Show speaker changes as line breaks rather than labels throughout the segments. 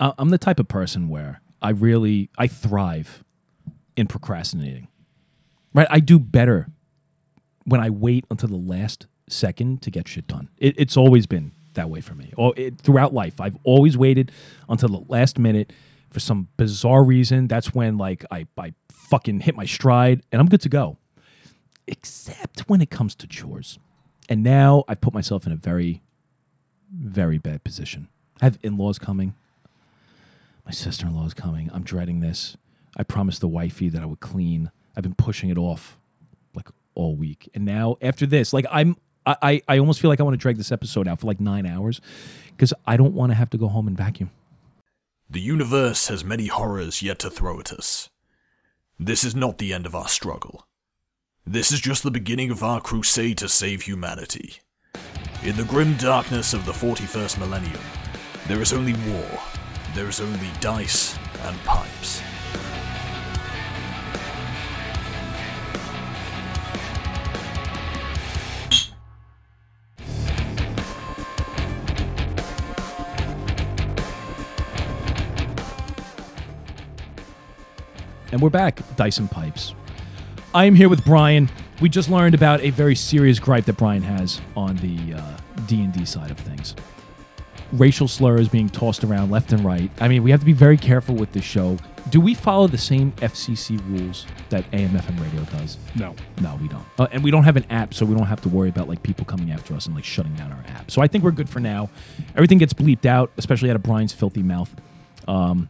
I, I'm the type of person where I really I thrive in procrastinating. Right, I do better when I wait until the last second to get shit done. It, it's always been that way for me. Or it, throughout life, I've always waited until the last minute for some bizarre reason. That's when like I I fucking hit my stride and I'm good to go. Except when it comes to chores. And now I've put myself in a very very bad position. I have in laws coming. My sister in law is coming. I'm dreading this. I promised the wifey that I would clean. I've been pushing it off like all week. And now after this, like I'm I, I, I almost feel like I want to drag this episode out for like nine hours because I don't want to have to go home and vacuum.
The universe has many horrors yet to throw at us. This is not the end of our struggle. This is just the beginning of our crusade to save humanity. In the grim darkness of the 41st millennium, there is only war, there is only dice and pipes.
And we're back, Dyson Pipes. I am here with Brian. We just learned about a very serious gripe that Brian has on the uh, D&D side of things. Racial slurs being tossed around left and right. I mean, we have to be very careful with this show. Do we follow the same FCC rules that AMFM radio does?
No.
No, we don't. Uh, and we don't have an app, so we don't have to worry about like people coming after us and like shutting down our app. So I think we're good for now. Everything gets bleeped out, especially out of Brian's filthy mouth. Um,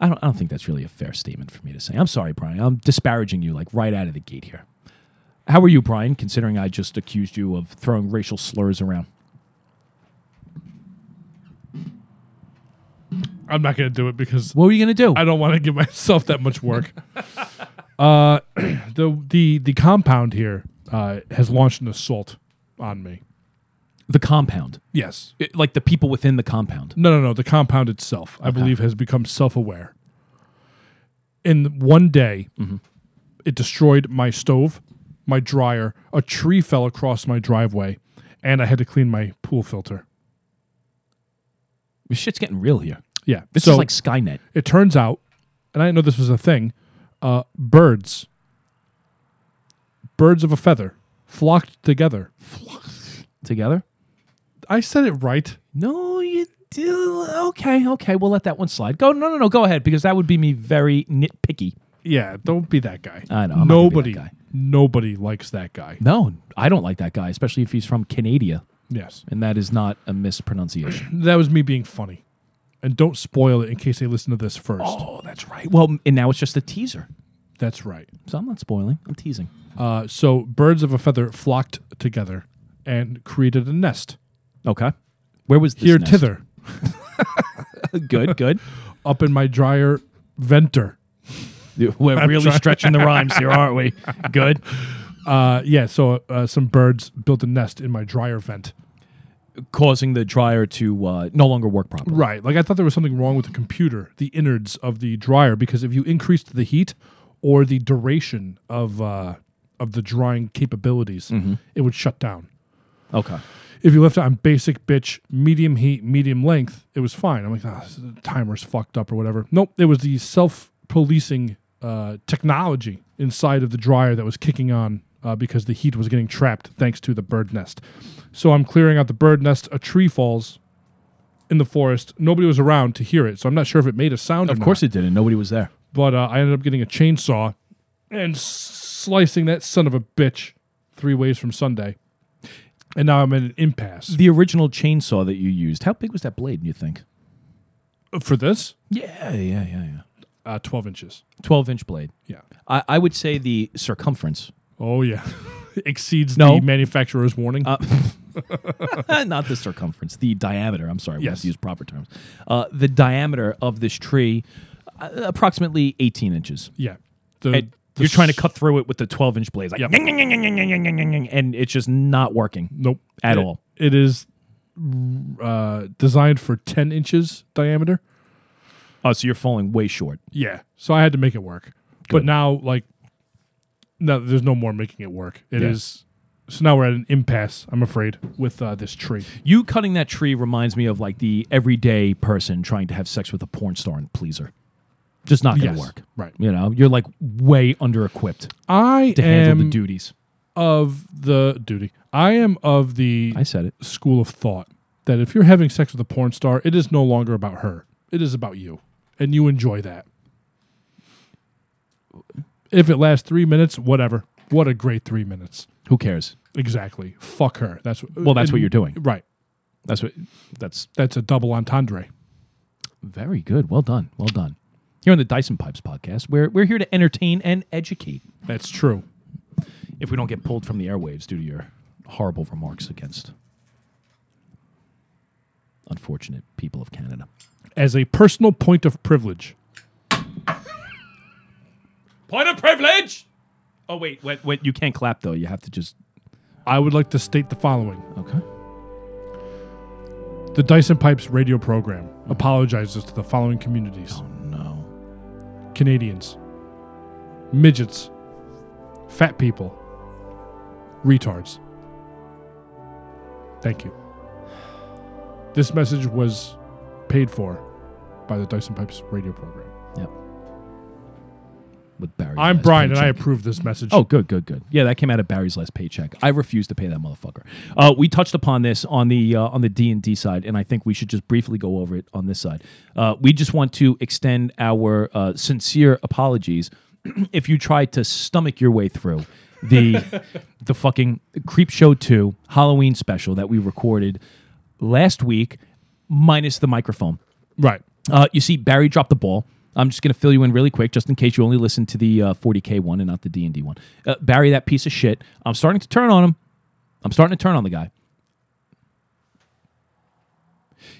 I don't. I don't think that's really a fair statement for me to say. I'm sorry, Brian. I'm disparaging you like right out of the gate here. How are you, Brian? Considering I just accused you of throwing racial slurs around.
I'm not going to do it because
What were you gonna do?
I don't want to give myself that much work. uh, the the the compound here uh, has launched an assault on me.
the compound,
Yes.
It- like the people within the compound.
No, no, no. The compound itself, I believe, has become self-aware. In one day,
Mm-hmm.
it destroyed my stove, my dryer. A tree fell across my driveway, and I had to clean my pool filter.
This shit's getting real here.
Yeah.
This
so
is like Skynet.
it turns out, and I didn't know this was a thing. Uh, birds, birds of a feather, flocked together.
Together?
I said it right.
No, you do. Okay, okay. We'll let that one slide. Go. No, no, no. Go ahead, because that would be me very nitpicky.
Yeah, don't be that guy.
I know, I'm not gonna be that
nobody,
guy.
nobody likes that guy.
No, I don't like that guy, especially if he's from Canada,
Yes,
and that is not a mispronunciation.
that was me being funny. And don't spoil it in case they listen to this first.
oh, that's right. Well, and now it's just a teaser.
That's right.
So I'm not spoiling. I'm teasing.
Uh, so birds of a feather flocked together and created a nest.
Okay. Where was this
Here,
nest?
tither,
Good, good.
up in my dryer venter.
We're really stretching the rhymes here, aren't we? Good.
Uh, yeah, so uh, some birds built a nest in my dryer vent.
Causing the dryer to uh, no longer work properly.
Right. Like I thought there was something wrong with the computer, the innards of the dryer, because if you increased the heat or the duration of uh, of the drying capabilities, it would shut down.
Okay.
If you left it on basic bitch, medium heat, medium length, it was fine. I'm like, ah, this- the timer's fucked up or whatever. Nope, it was the self policing uh, technology inside of the dryer that was kicking on uh, because the heat was getting trapped thanks to the bird nest. So I'm clearing out the bird nest. A tree falls in the forest. Nobody was around to hear it, so I'm not sure if it made a sound.
Of course it didn't. Nobody was there.
but uh, I ended up getting a chainsaw and s- slicing that son of a bitch three ways from Sunday. And now I'm at an impasse.
The original chainsaw that you used, how big was that blade, you think?
For this,
Yeah, yeah, yeah, yeah.
uh, 12 inches.
12 inch blade.
Yeah.
I, I would say the circumference.
Oh, yeah. Exceeds
No. Uh,
the manufacturer's warning.
eh, not the circumference, the diameter. I'm sorry, we have
Yes.
to use proper terms. Uh, the diameter of this tree, uh, approximately 18 inches.
yeah. The,
And
the
you're trying to
s-
cut through it with the 12 inch blades, like,
Yep.
"Nying, nying, nying, nying, nying, nying, nying, nying," and it's just not working
Nope.
at
It-
all.
It is uh, designed for 10 inches diameter.
Oh, so you're falling way short.
Yeah. So I had to make it work. But now, like, no, there's no more making it work. It is
Yeah.
So now we're at an impasse, I'm afraid, with uh, this tree.
You cutting that tree reminds me of like the everyday person trying to have sex with a porn star and please her. Just not gonna
Yes,
work.
right.
You know, you're like way under equipped
I
to handle the
am
duties.
of the duty. I am of the
I said it.
school of thought that if you're having sex with a porn star, it is no longer about her. It is about you, and you enjoy that. If it lasts three minutes, whatever. What a great three minutes.
Who cares?
Exactly. Fuck her. That's
Well, that's what you're doing.
Right.
That's what that's
That's a double entendre.
very good. Well done. Well done. Here on the Dyson Pipes podcast, we're we're here to entertain and educate.
That's true.
If we don't get pulled from the airwaves due to your horrible remarks against unfortunate people of Canada.
As a personal point of privilege,
Point of privilege. Oh wait, wait, wait, you can't clap though. You have to just
I would like to state the following.
okay.
The Dyson Pipes radio program apologizes to the following communities
Oh, No.
Canadians, midgets, fat people, retards. Thank you. This message was paid for by the Dyson Pipes radio program.
Yep. With Barry.
I'm Brian, and I approve this message.
Oh, good, good, good. Yeah, that came out of Barry's last paycheck. I refuse to pay that motherfucker. Uh, we touched upon this on the uh, on the D and D side, and I think we should just briefly go over it on this side. Uh, we just want to extend our uh, sincere apologies if you tried to stomach your way through the the fucking Creep Show Two Halloween special that we recorded last week, minus the microphone.
right.
Uh, you see, Barry dropped the ball. I'm just going to fill you in really quick, just in case you only listened to the uh, 40k one and not the D and D one. Uh, Barry, that piece of shit. I'm starting to turn on him. I'm starting to turn on the guy.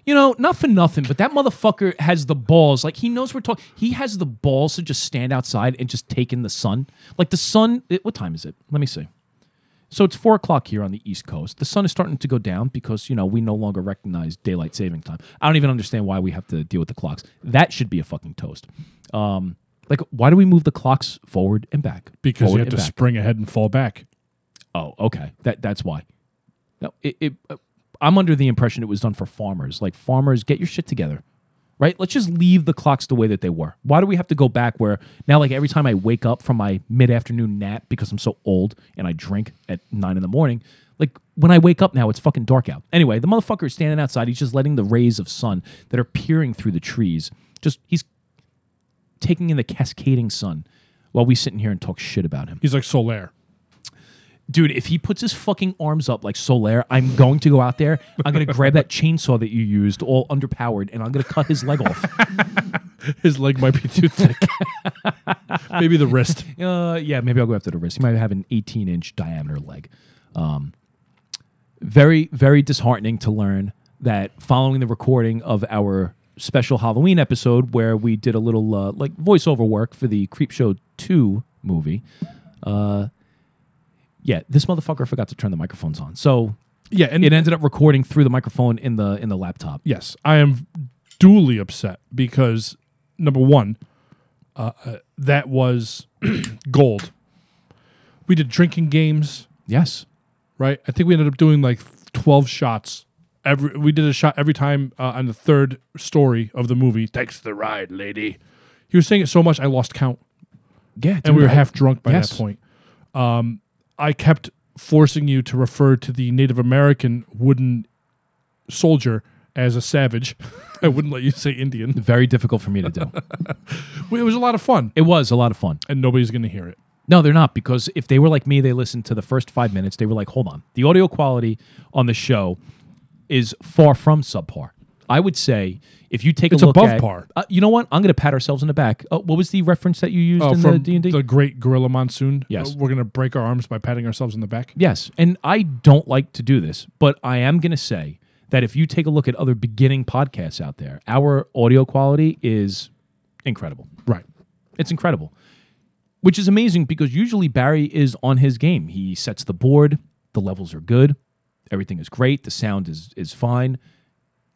You know, not for nothing, but that motherfucker has the balls. Like he knows we're talking. He has the balls to just stand outside and just take in the sun. Like the sun. It, what time is it? Let me see. So it's four o'clock here on the East Coast. The sun is starting to go down because you know we no longer recognize daylight saving time. I don't even understand why we have to deal with the clocks. That should be a fucking toast. Um, like, why do we move the clocks forward and back?
Because
Forward
you have to
and back.
spring ahead and fall back.
Oh, okay. That that's why. No, it, it. uh, I'm under the impression it was done for farmers. Like farmers, get your shit together, right? Let's just leave the clocks the way that they were. Why do we have to go back where now? Like every time I wake up from my mid-afternoon nap because I'm so old and I drink at nine in the morning. Like when I wake up now, it's fucking dark out. Anyway, the motherfucker is standing outside. He's just letting the rays of sun that are peering through the trees. Just he's taking in the cascading sun while we sit in here and talk shit about him
He's like Solaire.
dude, if he puts his fucking arms up like Solaire, I'm going to go out there. I'm going to grab that chainsaw that you used, all underpowered, and I'm going to cut his leg off.
His leg might be too thick. Maybe the wrist.
Uh, yeah, maybe I'll go after the wrist. He might have an 18 inch diameter leg. Um, very, very disheartening to learn that following the recording of our special Halloween episode, where we did a little uh, like voiceover work for the Creep Show 2 movie, uh, yeah, this motherfucker forgot to turn the microphones on. So
Yeah, and
it ended up recording through the microphone in the in the laptop.
yes, I am duly upset because number one, uh, uh, that was gold. We did drinking games,
Yes.
right? I think we ended up doing like twelve shots. Every we did a shot every time uh, on the third story of the movie. Thanks to the ride, lady. He was saying it so much I lost count,
Yeah.
and we were half drunk by
Yes.
that point. Um, I kept forcing you to refer to the Native American wooden soldier as a savage. I wouldn't let you say Indian.
very difficult for me to do.
Well, It was a lot of fun,
it was a lot of fun.
and nobody's going to hear it.
No, they're not because if they were like me, they listened to the first five minutes. They were like, "Hold on, the audio quality on the show is far from subpar." I would say if you take
It's
a look
above
at-
par.
Uh, you know what? I'm going to pat ourselves in the back. Uh, what was the reference that you used
Oh,
in the
from
D and D?
the Great Gorilla Monsoon.
Yes.
Uh, we're going to break our arms by patting ourselves on the back.
Yes, and I don't like to do this, but I am going to say that if you take a look at other beginning podcasts out there, our audio quality is incredible.
Right.
It's incredible, which is amazing because usually Barry is on his game. He sets the board, the levels are good, everything is great, the sound is is fine.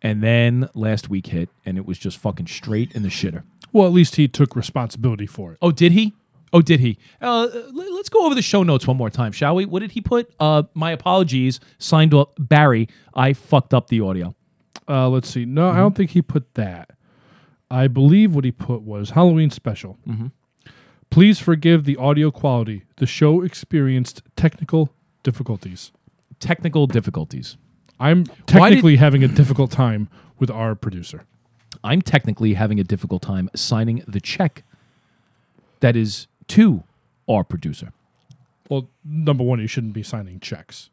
And then last week hit, and it was just fucking straight in the shitter.
Well, at least he took responsibility for it.
Oh, did he? Oh, did he? Uh, le- let's go over the show notes one more time, shall we? What did he put? Uh, my apologies. Signed off Barry. I fucked up the audio.
Uh, let's see. No,
Mm-hmm.
I don't think he put that. I believe what he put was Halloween special.
Mm-hmm.
Please forgive the audio quality. The show experienced technical difficulties.
Technical difficulties.
I'm
Why did-
technically having a difficult time with our producer.
I'm technically having a difficult time signing the check that is to our producer.
Well, number one, you shouldn't be signing checks.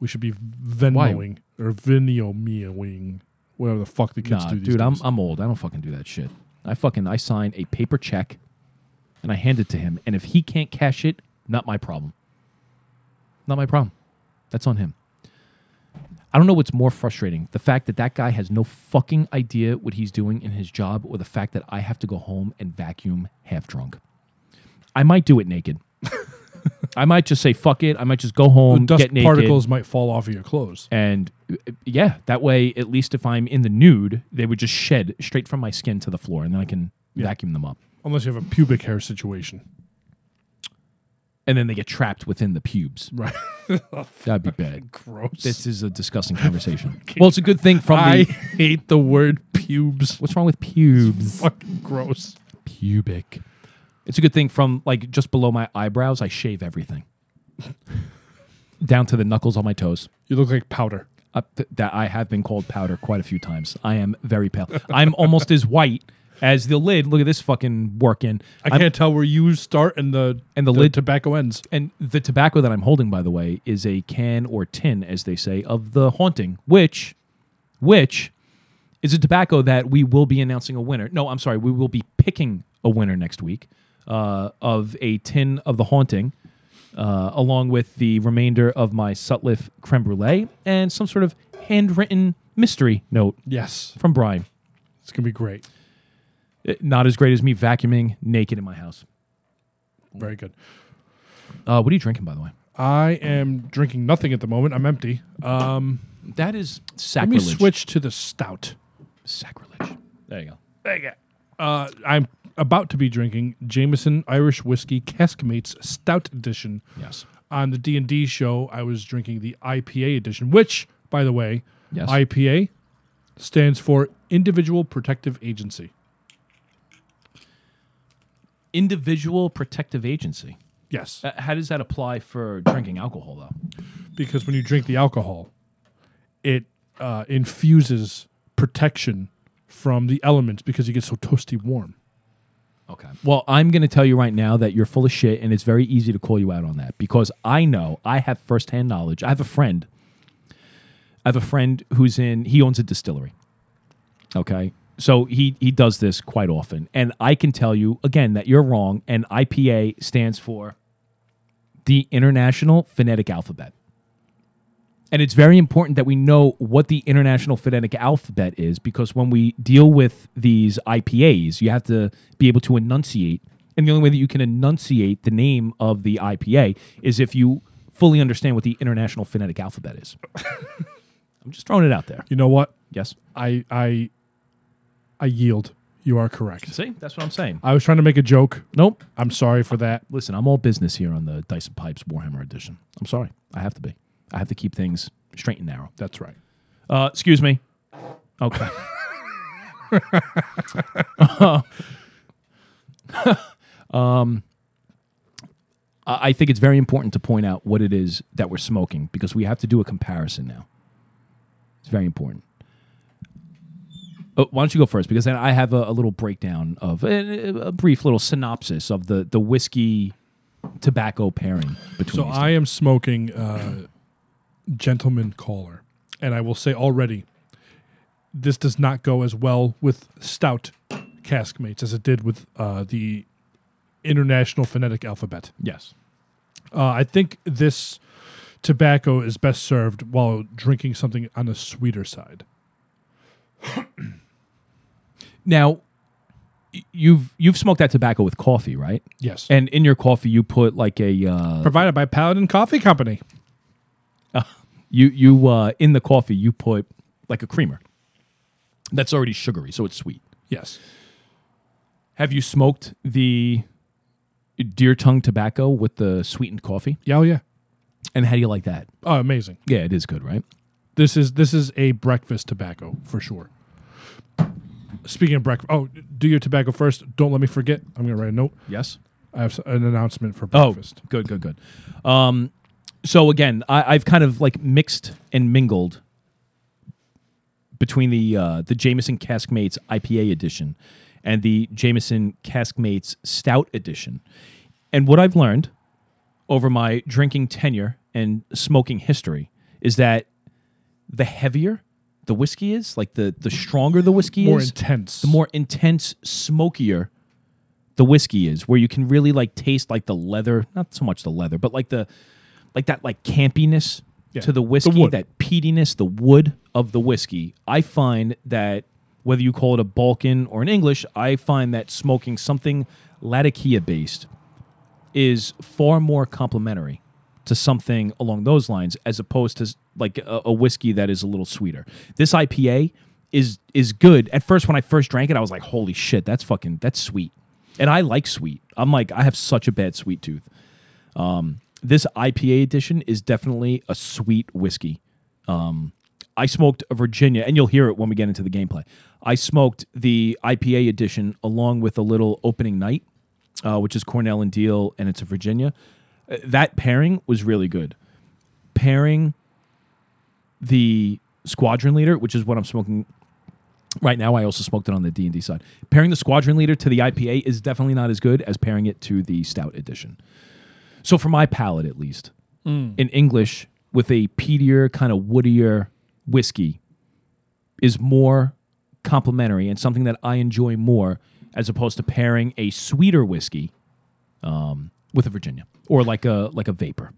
We should be Venmoing or Vineoing, whatever the fuck the kids
Nah,
do. These
dude, I'm,
days.
I'm old. I don't fucking do that shit. I fucking I sign a paper check and I hand it to him. And if he can't cash it, not my problem. Not my problem. That's on him. I don't know what's more frustrating: the fact that that guy has no fucking idea what he's doing in his job, or the fact that I have to go home and vacuum half drunk. I might do it naked. I might just say fuck it. I might just go home,
dust
get naked,
particles might fall off of your clothes.
and uh, yeah, that way, at least if I'm in the nude, they would just shed straight from my skin to the floor, and then I can vacuum them up.
Unless you have a pubic hair situation.
And then they get trapped within the pubes.
Right.
That'd be bad.
Gross.
This is a disgusting conversation. well, it's a good thing from
I
the.
hate the word pubes.
What's wrong with pubes?
Fucking gross.
Pubic. It's a good thing from like just below my eyebrows, I shave everything down to the knuckles on my toes.
You look like powder.
Uh, th- that I have been called powder quite a few times. I am very pale. I'm almost as white as the lid. Look at this fucking working.
I
I'm-
can't tell where you start and the
And the lid-
tobacco ends.
And the tobacco that I'm holding, by the way, is a can or tin, as they say, of the haunting, which, which, is a tobacco that we will be announcing a winner. No, I'm sorry, we will be picking a winner next week uh, of a tin of the haunting, uh, along with the remainder of my Sutliff creme brulee and some sort of handwritten mystery note
Yes,
from Brian.
it's gonna be great.
Uh, Not as great as me vacuuming naked in my house.
Very good.
Uh, what are you drinking, by the way?
I am drinking nothing at the moment. I'm empty. Um,
That is
let me
sacrilege.
switch to the stout.
Sacrilege. There you go.
Uh, I'm about to be drinking Jameson Irish Whiskey Caskmates Stout Edition.
Yes.
On the D and D show, I was drinking the IPA edition, which, by the way,
Yes.
IPA stands for Individual Protective Agency.
individual protective agency.
Yes,
Uh, How does that apply for drinking alcohol, though?
because when you drink the alcohol, it uh, infuses protection from the elements because you get so toasty warm.
Okay. Well, I'm going to tell you right now that you're full of shit, and it's very easy to call you out on that because I know I have firsthand knowledge. I have a friend. I have a friend who's in. He owns a distillery. Okay. So he he does this quite often, and I can tell you again that you're wrong. And IPA stands for the International Phonetic Alphabet. And it's very important that we know what the International Phonetic Alphabet is because when we deal with these IPAs, you have to be able to enunciate. And the only way that you can enunciate the name of the IPA is if you fully understand what the International Phonetic Alphabet is. I'm just throwing it out there.
You know what?
Yes.
I I I yield. You are correct.
See, that's what I'm saying.
I was trying to make a joke.
Nope.
I'm sorry for that.
Listen, I'm all business here on the Dyson Pipes Warhammer Edition. I'm sorry. I have to be. I have to keep things straight and narrow.
That's right.
Uh, excuse me. Okay. um, I I think it's very important to point out what it is that we're smoking because we have to do a comparison now. It's very important. Oh, why don't you go first? Because then I have a, a little breakdown of a, a brief little synopsis of the the whiskey tobacco pairing between.
So
these
I am smoking uh, Gentleman Caller, and I will say already, this does not go as well with stout caskmates as it did with uh, the International Phonetic Alphabet.
two. yes.
Uh, I think this tobacco is best served while drinking something on the sweeter side.
Now, y- you've you've smoked that tobacco with coffee, right?
Yes,
And in your coffee, you put like a uh,
provided by Paladin Coffee Company.
you you uh, in the coffee you put like a creamer that's already sugary, so it's sweet.
Yes.
Have you smoked the deer tongue tobacco with the sweetened coffee.
Yeah, oh yeah.
And how do you like that?
Oh, amazing.
Yeah, it is good, right?
This is this is a breakfast tobacco for sure. Speaking of breakfast, oh, do your tobacco first. Don't let me forget. I'm gonna write a note.
Yes.
I have s- an announcement for
Oh,
breakfast.
good, good, good. Um, so again, I, I've kind of like mixed and mingled between the uh, the Jameson Caskmates IPA edition and the Jameson Caskmates Stout edition. And what I've learned over my drinking tenure and smoking history is that the heavier the whiskey is, like the the stronger the whiskey
More
is,
intense.
the more intense, smokier the whiskey is, where you can really like taste like the leather, not so much the leather, but like the like that like campiness
Yeah,
to the
the
whiskey,
wood.
that peatiness, the wood of the whiskey. I find that whether you call it a Balkan or an English, I find that smoking something Latakia based is far more complimentary to something along those lines as opposed to like a, a whiskey that is a little sweeter. This IPA is is good. At first when I first drank it I was like holy shit that's fucking that's sweet. And I like sweet. I'm like I have such a bad sweet tooth. Um this IPA edition is definitely a sweet whiskey. Um, I smoked a Virginia, and you'll hear it when we get into the gameplay. I smoked the IPA edition along with a little opening night, uh, which is Cornell and Deal, and it's a Virginia. Uh, That pairing was really good. Pairing the squadron leader, which is what I'm smoking right now. I also smoked it on the D and D side. Pairing the squadron leader to the IPA is definitely not as good as pairing it to the stout edition. So for my palate, at least, in English with a peatier, kind of woodier whiskey is more complimentary and something that I enjoy more as opposed to pairing a sweeter whiskey um, with a Virginia or like a like a vapor.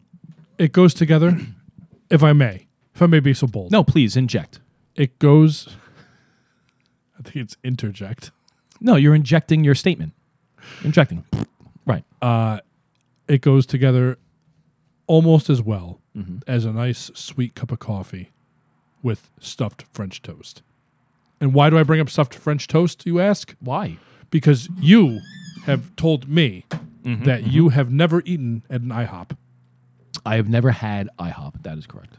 It goes together, if I may. If I may be so bold.
No, please inject.
It goes I think it's interject.
No, you're injecting your statement. Injecting. Right.
it goes together almost as well
Mm-hmm.
as a nice sweet cup of coffee with stuffed French toast. And why do I bring up stuffed French toast, you ask?
Why?
Because you have told me that you have never eaten at an IHOP.
I have never had IHOP. That is correct.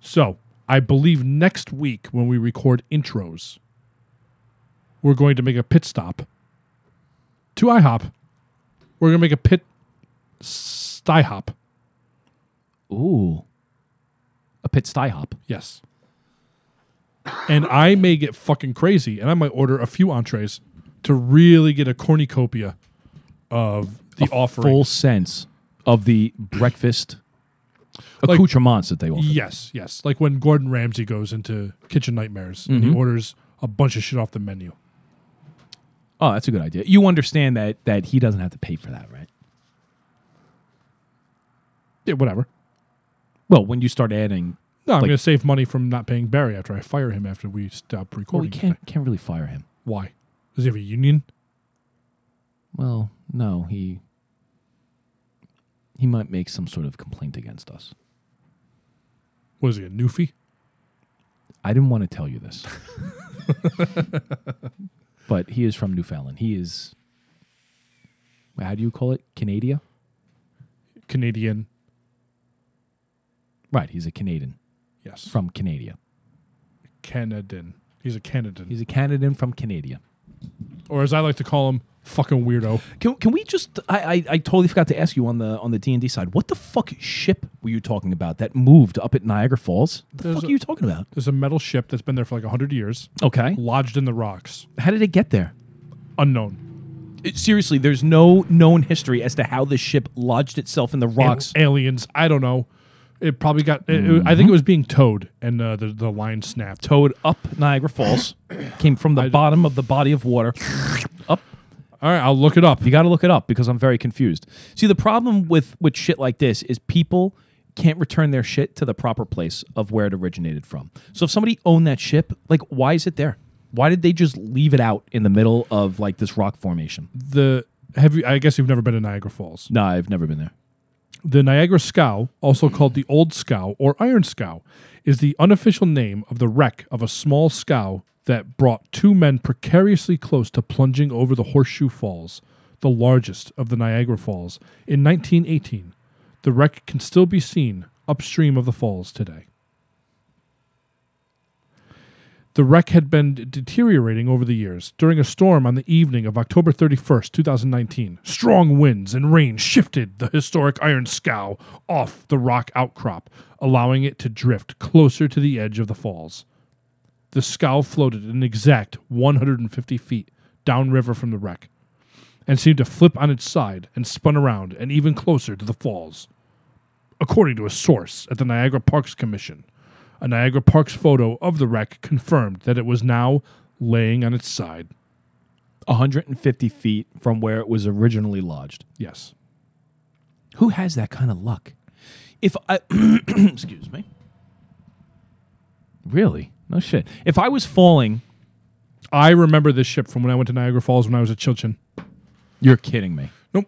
So I believe next week when we record intros, we're going to make a pit stop to IHOP. We're going to make a pit stihop.
Ooh. A pit sty hop.
Yes. And I may get fucking crazy and I might order a few entrees to really get a cornucopia of the offering.
Full sense of the breakfast
Like-
accoutrements that they offer.
yes, yes. Like when Gordon Ramsay goes into Kitchen Nightmares and
Mm-hmm.
he orders a bunch of shit off the menu.
Oh, that's a good idea. You understand that that he doesn't have to pay for that, right?
Yeah, whatever.
Well, when you start adding,
No, I'm
Like-
going to save money from not paying Barry after I fire him after we stop
well, we
recording.
can't can't really fire him.
Why? Does he have a union?
Well, no, he he might make some sort of complaint against us.
Was he a newfie?
I didn't want to tell you this, but he is from Newfoundland. He is how do you call it, Canada?
Canadian?
Right, he's a Canadian
Yes.
from Canada.
Canadian. He's a Canadian.
He's a Canadian from Canada.
or as I like to call him, fucking weirdo.
Can, can we just? I, I I totally forgot to ask you on the on the D and D side. What the fuck ship were you talking about that moved up at Niagara Falls? The
There's
fuck
a-
are you talking about?
There's a metal ship that's been there for like 100 years,
Okay,
lodged in the rocks,
how did it get there?
unknown.
It- seriously, there's no known history as to how this ship lodged itself in the rocks. Mm-hmm.
Al- aliens, I don't know. It probably got, it, it- I think it was being towed and uh, the, the line snapped.
Towed up Niagara Falls, came from the bottom of the body of water up
All right, I'll look it up.
You got to look it up because I'm very confused. See, the problem with with shit like this is people can't return their shit to the proper place of where it originated from. So if somebody owned that ship, like why is it there? Why did they just leave it out in the middle of like this rock formation?
The, have you, I guess you've never been to Niagara Falls.
No, I've never been there.
The Niagara Scow, also called the Old Scow or Iron Scow, is the unofficial name of the wreck of a small scow that brought two men precariously close to plunging over the Horseshoe Falls, the largest of the Niagara Falls, in 1918, the wreck can still be seen upstream of the falls today. The wreck had been d- deteriorating over the years. During a storm on the evening of October 31st, 2019, strong winds and rain shifted the historic iron scow off the rock outcrop, allowing it to drift closer to the edge of the falls. The scow floated an exact 150 feet downriver from the wreck and seemed to flip on its side and spun around and even closer to the falls. According to a source at the Niagara Parks Commission, a Niagara Parks photo of the wreck confirmed that it was now laying on its side.
150 feet from where it was originally lodged.
Yes.
Who has that kind of luck? If I, excuse me. Really? No shit. If I was falling,
I remember this ship from when I went to Niagara Falls when I was at Chilchin.
you're kidding me.
Nope.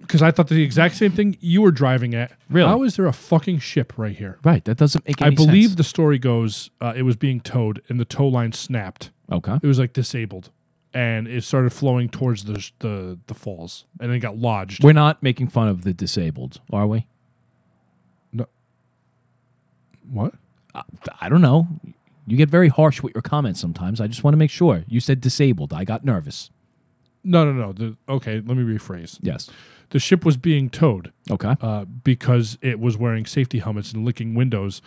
Because I thought the exact same thing you were driving at.
Really?
How is there a fucking ship right here?
Right. That doesn't make
I
any
believe
sense.
the story goes uh, it was being towed and the tow line snapped.
Okay.
It was like disabled and it started flowing towards the the, the falls and then got lodged.
We're not making fun of the disabled, are we?
What?
I, I don't know. You get very harsh with your comments sometimes. I just want to make sure. You said disabled. I got nervous.
No, no, no. The, okay, let me rephrase.
Yes.
The ship was being towed
Okay.
uh, because it was wearing safety helmets and licking windows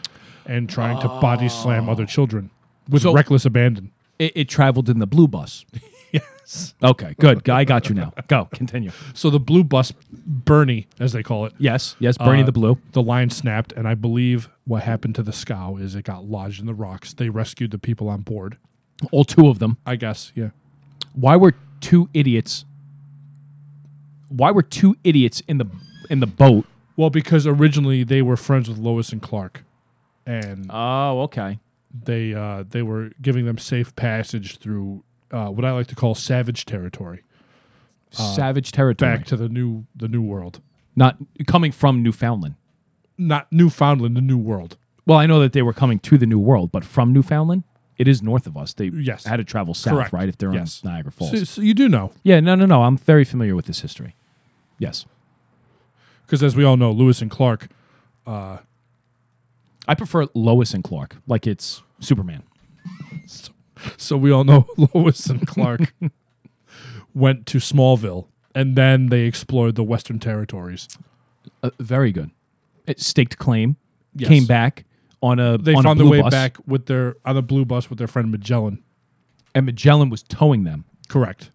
and trying to body slam other children with
So-
reckless abandon.
It, it traveled in the blue bus. yes. Okay. Good. I got you now. Go. Continue.
So the blue bus, Bernie, as they call it,
Yes. Yes. Bernie
Uh,
the blue.
the line snapped, and I believe what happened to the scow is it got lodged in the rocks. They rescued the people on board.
All two of them.
I guess, yeah.
why were two idiots why were two idiots in the in the boat
Well, because originally they were friends with Lois and Clark, and
oh okay
they uh, they were giving them safe passage through uh, what I like to call savage territory,
savage territory
back to the new the new world,
not coming from newfoundland
not Newfoundland, the new world.
well i know that they were coming to the new world but from newfoundland it is north of us they
Yes.
had to travel south
Correct.
right if they're
Yes.
on niagara falls
So, so you do know,
yeah no no no i'm very familiar with this history yes
because as we all know, Lewis and Clark.
i prefer lois and clark like it's superman
So we all know Lois and Clark went to Smallville, and then they explored the Western territories.
uh, very good it staked claim
Yes.
came back on a
They
on a
found their
blue
way
bus,
back with their on a blue bus with their friend Magellan.
and magellan was towing them
Correct.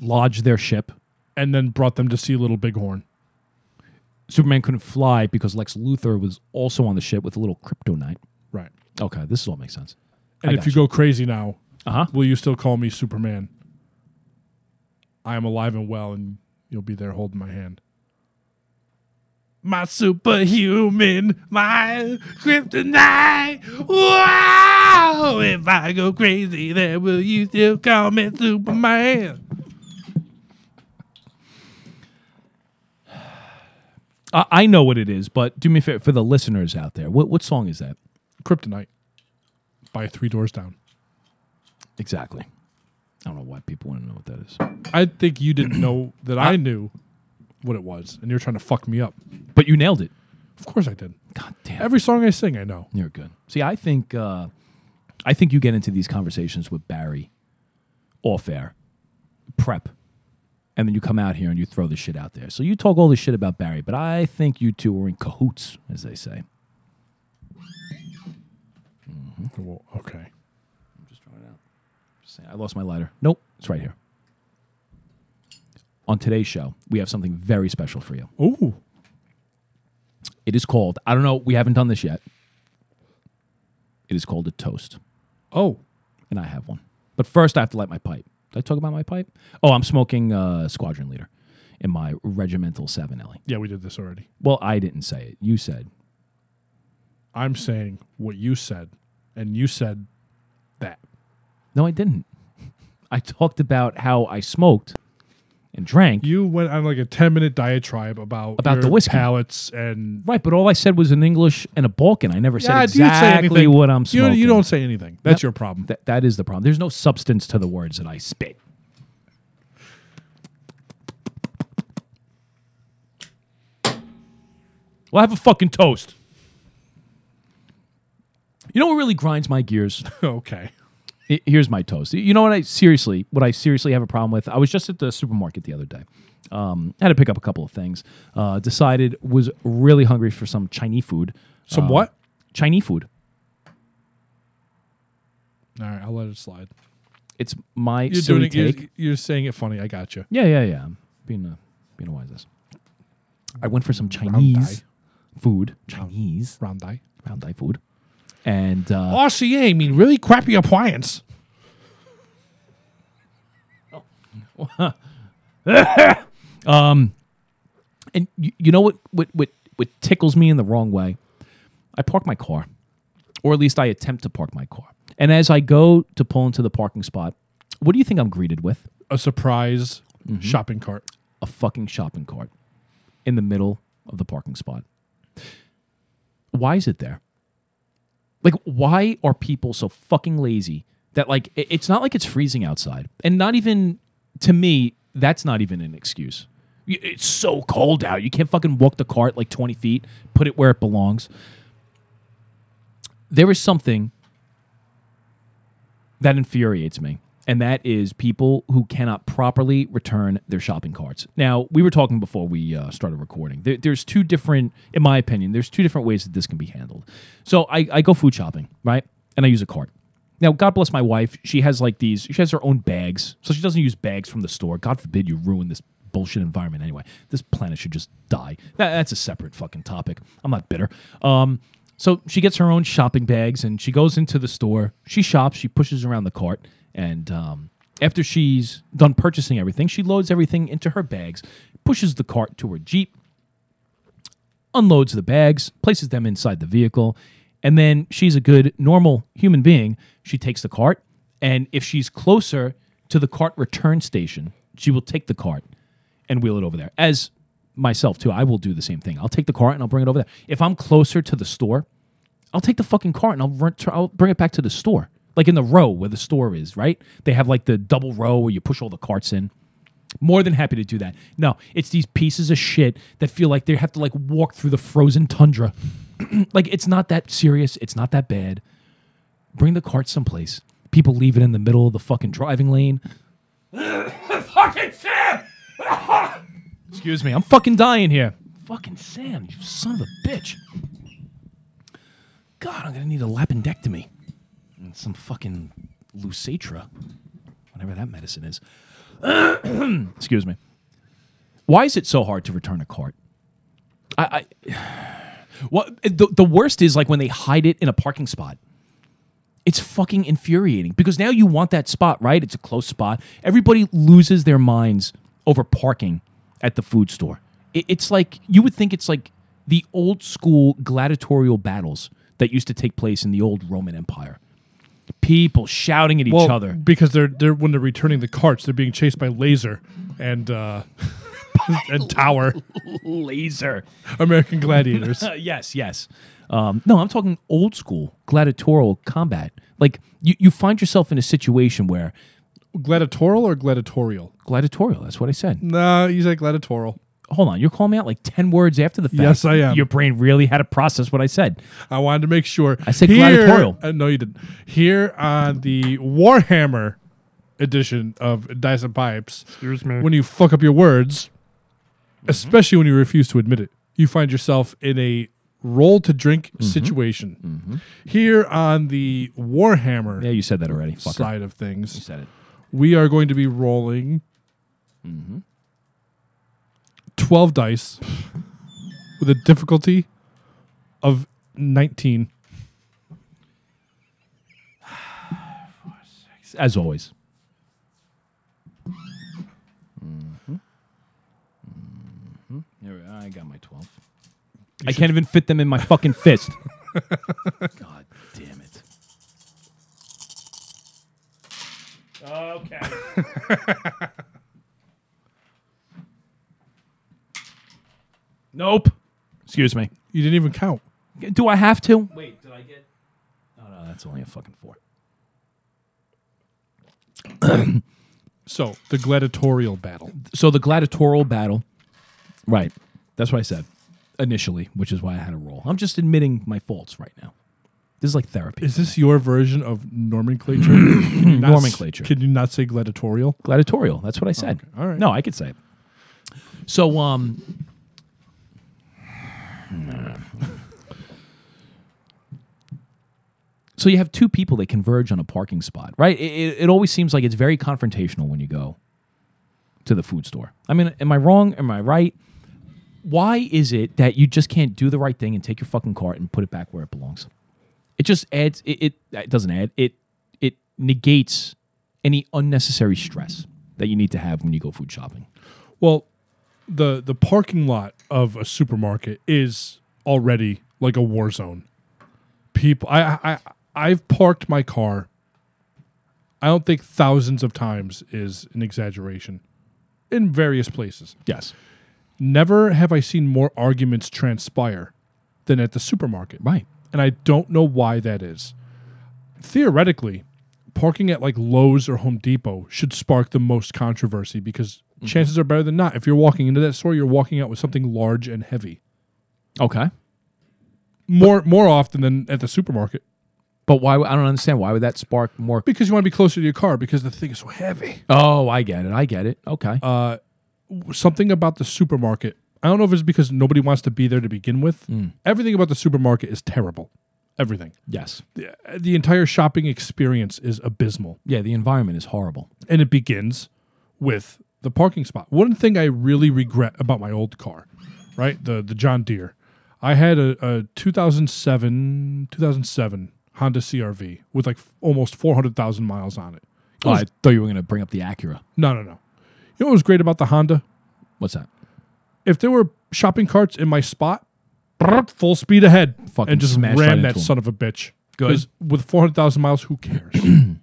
lodged their ship
And then brought them to see Little Bighorn.
Superman couldn't fly because Lex Luthor was also on the ship with a little kryptonite.
Right.
Okay, this all makes sense.
And if you go crazy now,
go, uh huh,
will you still call me Superman? I am alive and well, and you'll be there holding my hand. My superhuman, my kryptonite. Wow! If I go crazy, then will you still call me Superman?
I, I know what it is, but do me a favor for the listeners out there. What what song is that
Kryptonite by Three Doors Down.
exactly? I don't know why people want to know what that is,
I think you didn't know that I knew what it was, and you're trying to fuck me up.
but you nailed it.
Of course I did.
God damn,
Every song I sing, I know.
you're good. See, I think uh, I think you get into these conversations with Barry off air prep, and then you come out here and you throw the shit out there. So you talk all this shit about Barry, but I think you two are in cahoots, as they say.
Well, okay.
Just throwing it out. Just saying, I lost my lighter. Nope, it's right here. On today's show, we have something very special for you.
Ooh.
It is called, I don't know, we haven't done this yet. It is called a toast,
Oh.
and I have one. But first, I have to light my pipe. Did I talk about my pipe? Oh, I'm smoking uh, Squadron Leader in my Regimental Savinelli.
Yeah, we did this already.
Well, I didn't say it. You said.
I'm saying what you said, and you said that.
No, I didn't. I talked about how I smoked and drank.
You went on like a 10 minute diatribe about,
About
your
the whiskey.
palates and.
Right, but all I said was in English and a Balkan. I never said exactly what I'm
You,
smoking.
you don't say anything. That's your problem.
That, that is the problem. There's no substance to the words that I spit. Well, have a fucking toast. You know what really grinds my gears?
okay.
I- Here's my toast. You know what I seriously, what I seriously have a problem with? I was just at the supermarket the other day. Um, had to pick up a couple of things. Uh, decided was really hungry for some Chinese food.
Some
Uh,
what?
Chinese food.
All right, I'll let it slide.
It's my
You're
silly
doing it.
take.
You're, you're saying it funny. I got you.
yeah, yeah, yeah. I'm being a being a wise ass. I went for some Chinese food. Chinese
Round die.
round eye food, and uh,
RCA mean really crappy appliance.
and you, you know what, what what what tickles me in the wrong way i park my car or at least i attempt to park my car and as i go to pull into the parking spot what do you think i'm greeted with
A surprise shopping cart.
a fucking shopping cart in the middle of the parking spot why is it there like why are people so fucking lazy that like i- it's not like it's freezing outside and not even to me that's not even an excuse Y- it's so cold out you can't fucking walk the cart like 20 feet put it where it belongs there is something that infuriates me and that is people who cannot properly return their shopping carts now we were talking before we uh, started recording there, there's two different in my opinion there's two different ways that this can be handled so I, I go food shopping right and i use a cart now god bless my wife she has like these she has her own bags so she doesn't use bags from the store god forbid you ruin this bullshit environment anyway this planet should just die That- that's a separate fucking topic i'm not bitter um, so she gets her own shopping bags and she goes into the store. She shops, she pushes around the cart, and um, after she's done purchasing everything, she loads everything into her bags, pushes the cart to her Jeep, unloads the bags, places them inside the vehicle, and then she's a good, normal human being. She takes the cart, and if she's closer to the cart return station, she will take the cart and wheel it over there. As myself, too, I will do the same thing. I'll take the cart and I'll bring it over there. If I'm closer to the store, I'll take the fucking cart and I'll, run, I'll bring it back to the store, like in the row where the store is, right? They have like the double row where you push all the carts in. More than happy to do that. No, it's these pieces of shit that feel like they have to like walk through the frozen tundra. like it's not that serious. It's not that bad. Bring the cart someplace. People leave it in the middle of the fucking driving lane. fucking Sam! Excuse me, I'm fucking dying here. Fucking Sam, you son of a bitch. God, I'm gonna need a appendectomy and some fucking Lucatra, whatever that medicine is. Excuse me. Why is it so hard to return a cart? I, I what the, the worst is like when they hide it in a parking spot. It's fucking infuriating because now you want that spot, right? It's a close spot. Everybody loses their minds over parking at the food store. It, it's like you would think it's like the old school gladiatorial battles that used to take place in the old Roman Empire. People shouting at each
Well,
other.
because they're they're when they're returning the carts, they're being chased by laser and uh, and tower
Laser.
American gladiators.
Uh, yes, yes. Um, no, I'm talking old school gladiatorial combat. Like you, you find yourself in a situation where
gladiatorial or gladiatorial?
gladiatorial. That's what I said.
No, you said gladiatorial.
Hold on, you're calling me out like ten words after the fact.
Yes, I am.
Your brain really had to process what I said.
I wanted to make sure. I
said gladiatorial.
no, you didn't. Here on the Warhammer edition of Dyson Pipes,
Excuse me. Mm-hmm.
when you fuck up your words, especially when you refuse to admit it, you find yourself in a roll to drink
Mm-hmm.
situation. Here on the Warhammer
Yeah, you said that already. Fucker.
side of
You
things,
said it.
we are going to be rolling
Mm-hmm.
12 dice with a difficulty of 19.
As always. Mm-hmm. There we are. I got my twelve. I can't even fit them in my fucking fist. God damn it. Okay. nope. Excuse me.
You didn't even count.
Do I have to? Wait, did I get? No, no, that's only a fucking four.
So the gladiatorial battle.
so the gladiatorial battle. Right. That's what I said. initially, which is why I had a roll. I'm just admitting my faults right now. This is like therapy.
Is this your version of nomenclature? Can you not s-
Nomenclature.
Can you not say gladiatorial?
gladiatorial. That's what I said.
okay. All right.
No, I could say it. So, um, so you have two people that converge on a parking spot, right? It, it, it always seems like it's very confrontational when you go to the food store. I mean, am I wrong? Am I right? Why is it that you just can't do the right thing and take your fucking cart and put it back where it belongs? It just adds. It, it, it doesn't add. It it negates any unnecessary stress that you need to have when you go food shopping.
Well, the the parking lot of a supermarket is already like a war zone. People, I I I- I've parked my car. I don't think thousands of times is an exaggeration, in various places.
Yes.
Never have I seen more arguments transpire than at the supermarket.
Right.
and I don't know why that is. Theoretically, parking at like Lowe's or Home Depot should spark the most controversy because chances are better than not. If you're walking into that store, you're walking out with something large and heavy.
Okay.
More more often than at the supermarket
But why? I don't understand. Why would that spark more?
because you want to be closer to your car because the thing is so heavy.
Oh, I get it. I get it. Okay.
Something about the supermarket. I don't know if it's because nobody wants to be there to begin with. Everything about the supermarket is terrible. Everything.
yes.
The, the entire shopping experience is abysmal.
Yeah. The environment is horrible.
and it begins with the parking spot. One thing I really regret about my old car, right? The the John Deere. I had a, a 2007 2007 Honda CRV with like f- almost 400,000 miles on it.
Oh, I thought you were going to bring up the Acura.
No, no, no. You know what was great about the Honda?
What's that?
If there were shopping carts in my spot, brrrt, full speed ahead
Fucking
and just
smash
ran
right into
that
'em.
son of a bitch.
Good.
'Cause With 400,000 miles, who cares?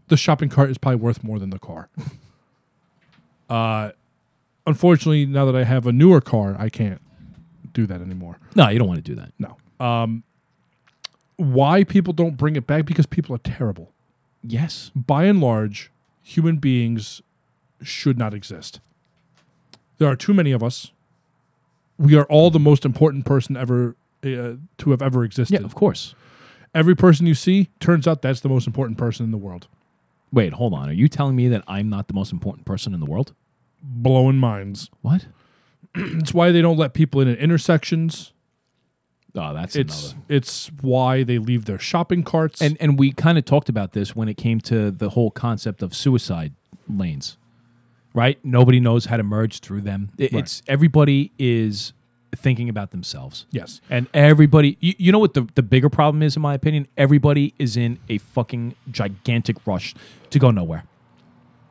the shopping cart is probably worth more than the car. Uh, unfortunately, now that I have a newer car, I can't do that anymore.
No, you don't want to do that.
No. Um, why people don't bring it back? Because people are terrible.
Yes.
By and large, human beings should not exist. There are too many of us. We are all the most important person ever uh, to have ever existed
Yeah. Of course.
every person you see turns out that's the most important person in the world
Wait. Hold on. Are you telling me that I'm not the most important person in the world?
blowing minds
What?
it's why they don't let people in at intersections
Oh, that's
it's
another.
it's why they leave their shopping carts
And and we kind of talked about this when it came to the whole concept of suicide lanes, right? Nobody knows how to merge through them. It- It's everybody is thinking about themselves.
yes
And everybody, you, you know what the, the bigger problem is, in my opinion? Everybody is in a fucking gigantic rush to go nowhere.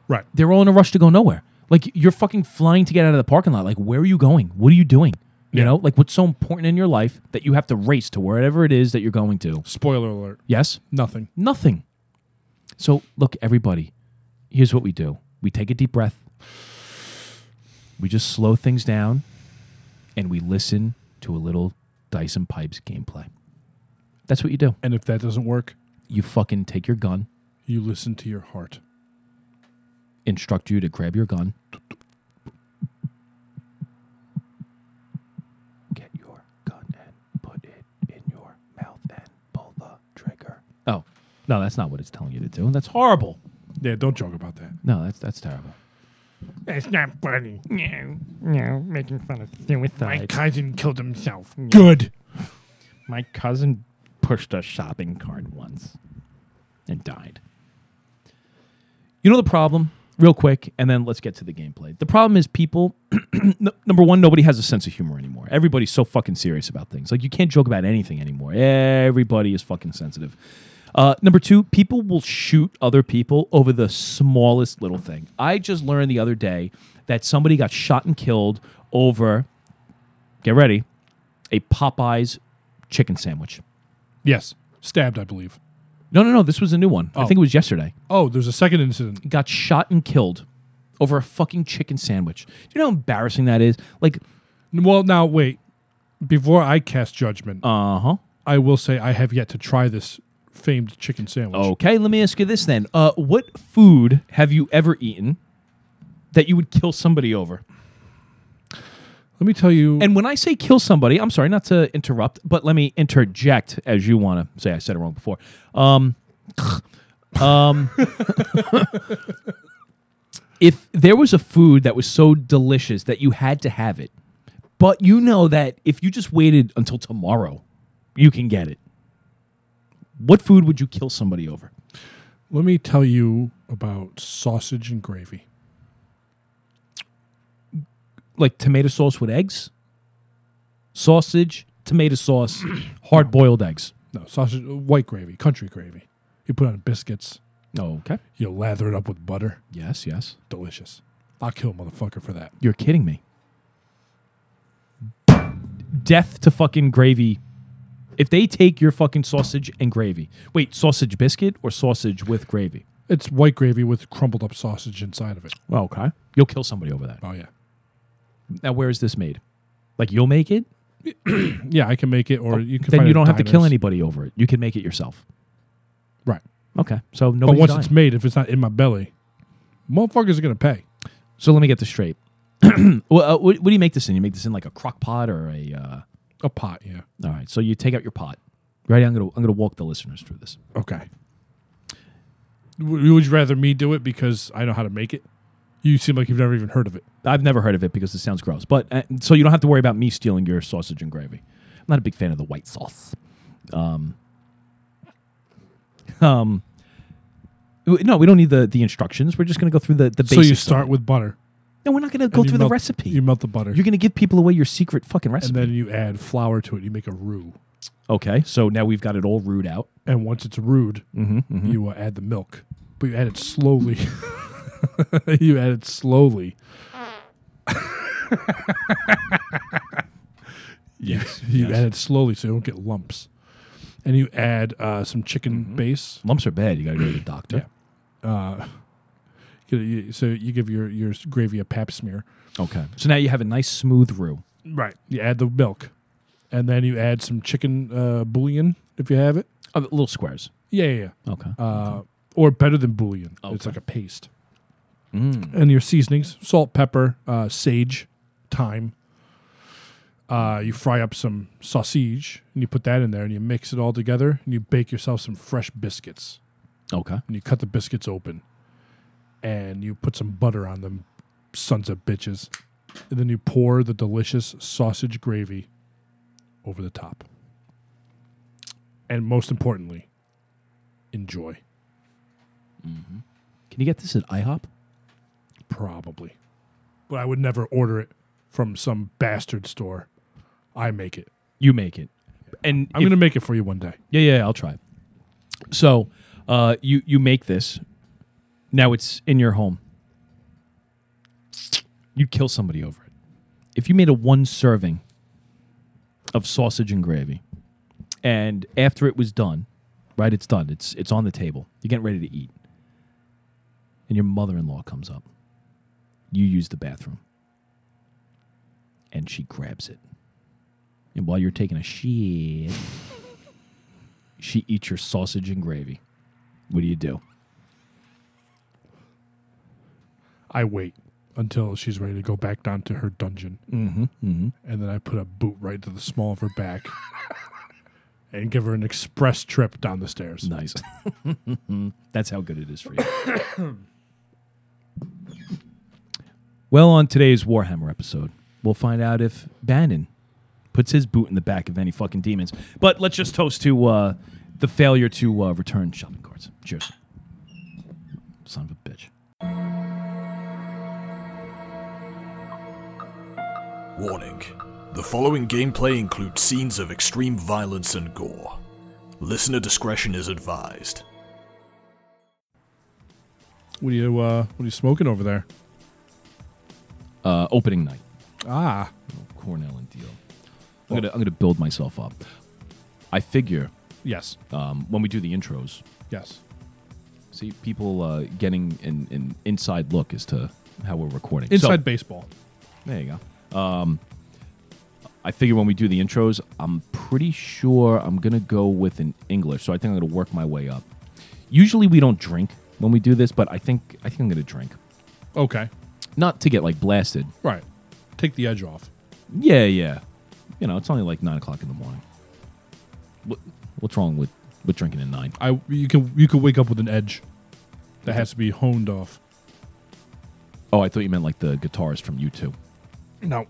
right
They're all in a rush to go nowhere. Like, you're fucking flying to get out of the parking lot. Like, where are you going? What are you doing? You
Yeah.
know, like, what's so important in your life that you have to race to wherever it is that you're going to?
spoiler alert
Yes?
nothing
Nothing. So, look, everybody, here's what we do we take a deep breath, we just slow things down, and we listen to a little Dyson Pipes gameplay. That's what you do.
and if that doesn't work
You fucking take your gun,
you listen to your heart
instruct you to grab your gun. Get your gun and put it in your mouth and pull the trigger. Oh, no, that's not what it's telling you to do. That's horrible.
yeah don't joke about that
No, that's that's terrible.
It's not funny.
No, no, making fun of
My
suicide.
cousin killed himself.
good
My cousin pushed a shopping cart once
and died. You know the problem, real quick, and then let's get to the gameplay. The problem is people. n- number one, nobody has a sense of humor anymore. Everybody's so fucking serious about things. Like you can't joke about anything anymore. Everybody is fucking sensitive. Uh, number two, people will shoot other people over the smallest little thing. I just learned the other day that somebody got shot and killed over. Get ready, a Popeyes chicken sandwich.
yes stabbed i believe
No, no, no. This was a new one. I think it was yesterday.
oh there's a second incident
got shot and killed over a fucking chicken sandwich. Do you know how embarrassing that is? Like,
well now wait before i cast judgment
uh huh.
i will say i have yet to try this famed chicken sandwich
Okay, let me ask you this then. Uh, what food have you ever eaten that you would kill somebody over?
Let me tell you.
And when I say kill somebody, I'm sorry not to interrupt, but let me interject as you want to say. I said it wrong before. Um, um, if there was a food that was so delicious that you had to have it, but you know that if you just waited until tomorrow, you can get it. What food would you kill somebody over?
Let me tell you about sausage and gravy.
Like tomato sauce with eggs, sausage, tomato sauce, hard boiled eggs.
No, sausage, white gravy, country gravy. You put on biscuits,
Okay.
you lather it up with butter.
Yes, yes.
Delicious. I'll kill a motherfucker for that.
You're kidding me. Death to fucking gravy. If they take your fucking sausage and gravy, wait, sausage biscuit or sausage with gravy?
It's white gravy with crumbled up sausage inside of it.
Well, okay. You'll kill somebody over that.
Oh, yeah.
Now, where is this made? Like, you'll make it,
Yeah, I can make it, or you can
Oh, then you
find it at
don't have to kill
diners.
anybody over it. You can make it yourself.
Right.
Okay. So,
But
nobody's
once
dying.
it's made, if it's not in my belly, motherfuckers are going to pay.
so, let me get this straight. well, uh, what, what do you make this in? You make this in like a crock pot or a. Uh,
A pot, yeah.
all right. So, you take out your pot. Ready? I'm going to I'm gonna walk the listeners through this.
Okay. W- Would you rather me do it because I know how to make it? You seem like you've never even heard of it.
I've never heard of it because it sounds gross. But uh, so you don't have to worry about me stealing your sausage and gravy. I'm not a big fan of the white sauce. Um, um, w- no, we don't need the, the instructions. We're just going to go through the the
so
basics.
you
of
start
it.
with butter.
No, we're not going to go
and you
through the
melt-
recipe.
You melt the butter.
You're going to give people away your secret fucking
and
recipe.
then you add flour to it. You make a roux.
okay, so now we've got it all rude out.
And once it's roux,
Hmm?
you uh, add the milk. But you add it slowly. you add it slowly.
Yes,
You add it slowly so you don't get lumps. And you add uh, some chicken
Mm-hmm.
base.
lumps are bad. You got to go to the doctor.
You- you- uh, So you give your, your gravy a pap smear.
Okay, so now you have a nice smooth roux.
Right. You add the milk, and then you add some chicken uh, bouillon if you have it.
Oh, little squares.
Yeah, yeah, yeah.
Okay.
Uh, or better than bouillon, it's
Okay.
like a paste.
Mm,
And your seasonings: salt, pepper, uh, sage, thyme. Uh, you fry up some sausage and you put that in there and you mix it all together and you bake yourself some fresh biscuits
okay.
and you cut the biscuits open and you put some butter on them, sons of bitches. And then you pour the delicious sausage gravy over the top. And most importantly, enjoy.
Can you get this at IHOP?
Probably. But I would never order it from some bastard store. I make it.
You make it. And
I'm
if-
going to make it for you one day.
Yeah, yeah, I'll try. it. So, uh, you you make this. Now it's in your home. You'd kill somebody over it. If you made a one serving of sausage and gravy, and after it was done, right? It's done. It's it's on the table. You're getting ready to eat, and your mother-in-law comes up. You use the bathroom, and she grabs it. And while you're taking a shit, she eats your sausage and gravy. What do you do?
I wait until she's ready to go back down to her dungeon. Mm-hmm, And then I put a boot right to the small of her back and give her an express trip down the stairs.
Nice. That's how good it is for you. well, on today's Warhammer episode, we'll find out if Bannon puts his boot in the back of any fucking demons. But let's just toast to uh, the failure to uh, return shopping carts. Cheers. Son of a bitch.
Warning The following gameplay includes scenes of extreme violence and gore. Listener discretion is advised.
What are you uh, what are you smoking over there?
Uh, opening night.
Ah,
Cornell and Deal. I'm gonna I'm gonna build myself up. I figure
yes,
um, when we do the intros,
yes.
See, people uh, getting an, an inside look as to how we're recording. So-
Inside baseball.
there you go. Um, I figure when we do the intros, I'm pretty sure I'm going to go with an English. So I think I'm going to work my way up. Usually we don't drink when we do this, but I think I think I'm going to drink.
Okay,
Not to get like blasted.
right. Take the edge off.
Yeah, yeah. You know, it's only like nine o'clock in the morning. What, what's wrong with with drinking at nine?
I you can you could wake up with an edge that has to be honed off.
Oh, I thought you meant like the guitarist from U two.
No.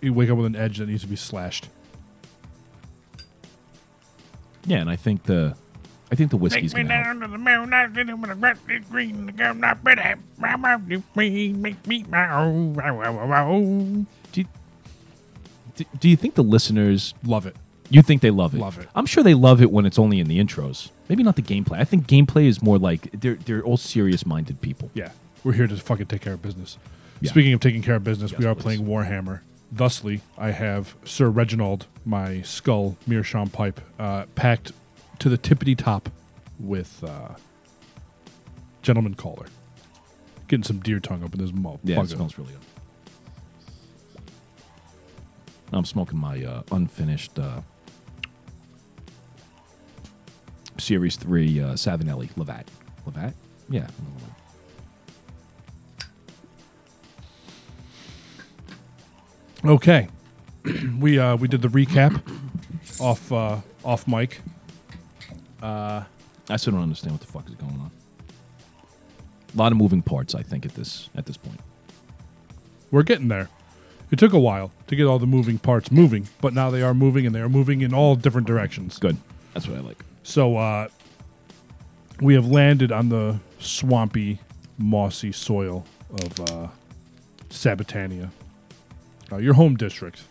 You wake up with an edge that needs to be slashed.
Yeah, and I think the I think the whiskey's
Take me
gonna help.
down to the moon, I did it with a grass is green, the girl not pretty. My mouth is free, make me my own. Wow, wow, wow, wow.
Do you, do, do you think the listeners
Love it.
you think they love it?
Love it.
I'm sure they love it when it's only in the intros. Maybe not the gameplay. I think gameplay is more like they're they're all serious minded people.
Yeah. We're here to fucking take care of business.
Yeah.
Speaking of taking care of business, we
Yes,
are
please.
playing Warhammer. Thusly, I have Sir Reginald, my skull meerschaum pipe, uh, packed to the tippity top with uh, Gentleman Caller. Getting some deer tongue up in this mouth.
Yeah, it smells really good. I'm smoking my uh, unfinished uh, Series 3 uh, Savinelli Levat. Levat? Yeah.
Okay, we uh, we did the recap off uh, off mic.
I still don't understand what the fuck is going on. A lot of moving parts, I think, at this at this point.
We're getting there. It took a while to get all the moving parts moving, but now they are moving and they are moving in all different directions.
Good. That's what I like.
So uh, we have landed on the swampy, mossy soil of uh, Sabatania, uh, your home district.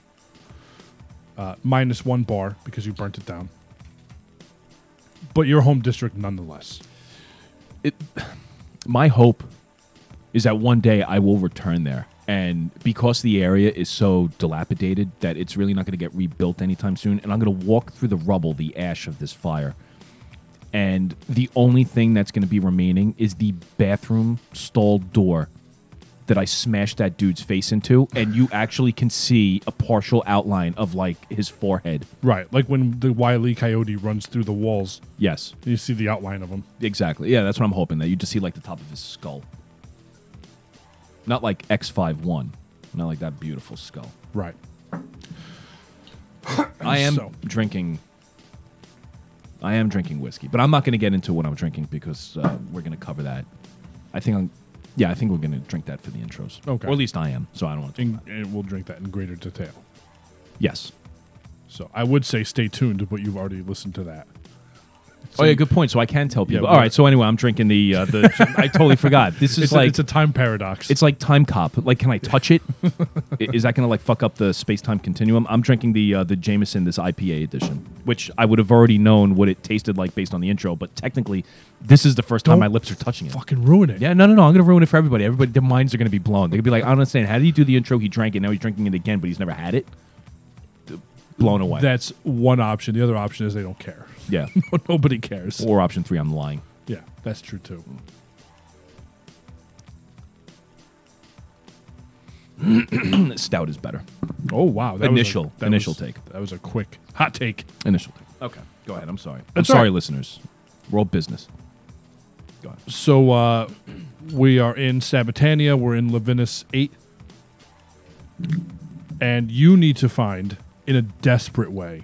Uh, minus one bar because you burnt it down, but your home district nonetheless.
my hope is that one day I will return there. And because the area is so dilapidated that it's really not going to get rebuilt anytime soon, and I'm going to walk through the rubble, the ash of this fire. And the only thing that's going to be remaining is the bathroom stall door that I smashed that dude's face into. And you actually can see a partial outline of like his forehead.
Right, like when the wily coyote runs through the walls,
Yes.
and you see the outline of him.
Exactly. Yeah, that's what I'm hoping that you just see like the top of his skull. Not like X51. Not like that beautiful skull.
Right.
I am
So-
drinking I am drinking whiskey, but I'm not going to get into what I'm drinking because uh, we're going to cover that. I think I'm yeah, I think we're going to drink that for the intros.
Okay.
Or at least I am, so I don't want to.
And, and we'll drink that in greater detail.
Yes.
So I would say stay tuned, but you've already listened to that.
oh yeah, good point. So I can tell people.
but-
All right. So anyway, I'm drinking the uh, the. I totally forgot. This is
It's,
like
a, it's a time paradox.
It's like time cop. Like, can I touch it? I- Is that going to like fuck up the space time continuum? I'm drinking the uh, the Jameson this IPA edition, which I would have already known what it tasted like based on the intro. But technically, this is the 1st time
Don't
my lips are touching it.
fucking ruin it.
Yeah, no, no, no. I'm going to ruin it for everybody. Everybody, their minds are going to be blown. They're going to be like, I don't understand. How did he do the intro? He drank it. Now he's drinking it again, but he's never had it. Blown away.
That's one option. The other option is they don't care.
yeah.
Nobody cares.
or option three, I'm lying.
Yeah, that's true too.
Stout is better.
Oh wow, that was a-
Initial-
that
initial
was-
take.
That was a quick hot take.
Initial. Okay. Go ahead. I'm sorry. I'm
That's all
sorry,
right.
listeners. We're all business. Go ahead.
So uh, we are in Sabatania. We're in Levinus eight, and you need to find, in a desperate way,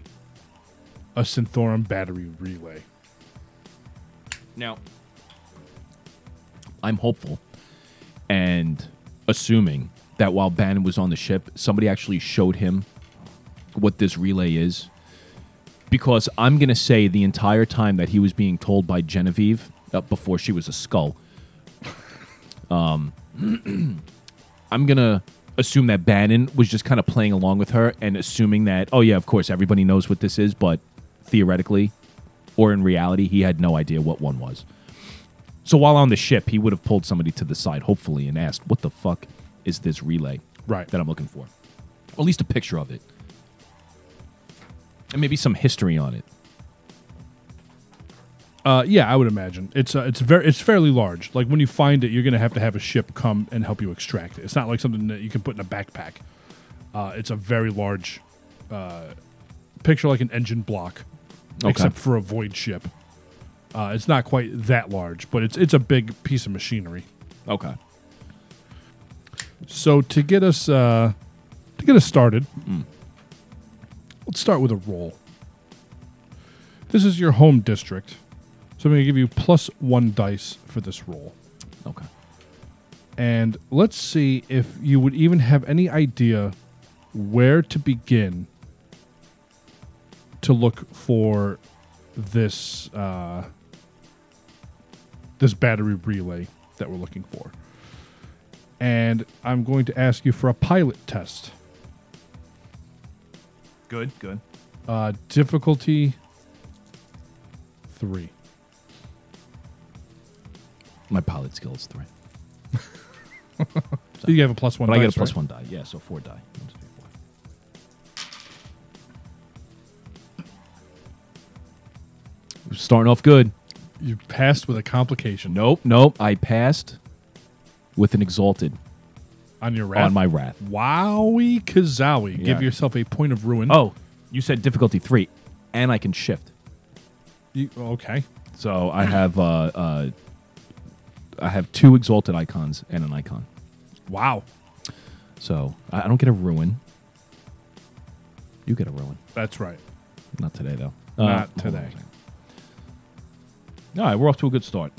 a Synthorum battery relay.
Now, I'm hopeful and assuming that while Bannon was on the ship, somebody actually showed him what this relay is. Because I'm going to say the entire time that he was being told by Genevieve, uh, before she was a skull, I'm gonna assume that Bannon was just kind of playing along with her and assuming that, oh yeah, of course, everybody knows what this is, but theoretically or in reality, he had no idea what one was. So while on the ship, he would have pulled somebody to the side, hopefully, and asked, "What the fuck is this relay
Right.
that I'm looking for?" Or at least a picture of it, and maybe some history on it.
Uh, yeah, I would imagine it's uh, it's very it's fairly large. Like when you find it, you're gonna have to have a ship come and help you extract it. It's not like something that you can put in a backpack. Uh, it's a very large uh, picture, like an engine block,
Okay.
except for a void ship. Uh, it's not quite that large, but it's it's a big piece of machinery.
Okay.
So to get us uh, to to get us started, let's start with a roll. This is your home district, so I'm going to give you plus one dice for this roll.
Okay.
And let's see if you would even have any idea where to begin to look for this uh, this battery relay that we're looking for. And I'm going to ask you for a pilot test.
Good, good.
Uh, difficulty three.
My pilot skill is three.
So you have a plus one.
But I get a
dice,
plus
right?
one die. Yeah, so four die. One, two, three, four. We're Starting off good.
You passed with a complication.
Nope, nope. I passed with an exalted
on your wrath.
on my wrath.
Wowie Kazowie.
Yeah.
Give yourself a point of ruin.
Oh, you said difficulty three, and I can shift.
You- okay.
So I have uh, uh, I have two exalted icons and an icon.
Wow.
So I, I don't get a ruin. You get a ruin.
That's right.
Not today though.
Not
hold on a
today.
second. All right, we're off to a good start.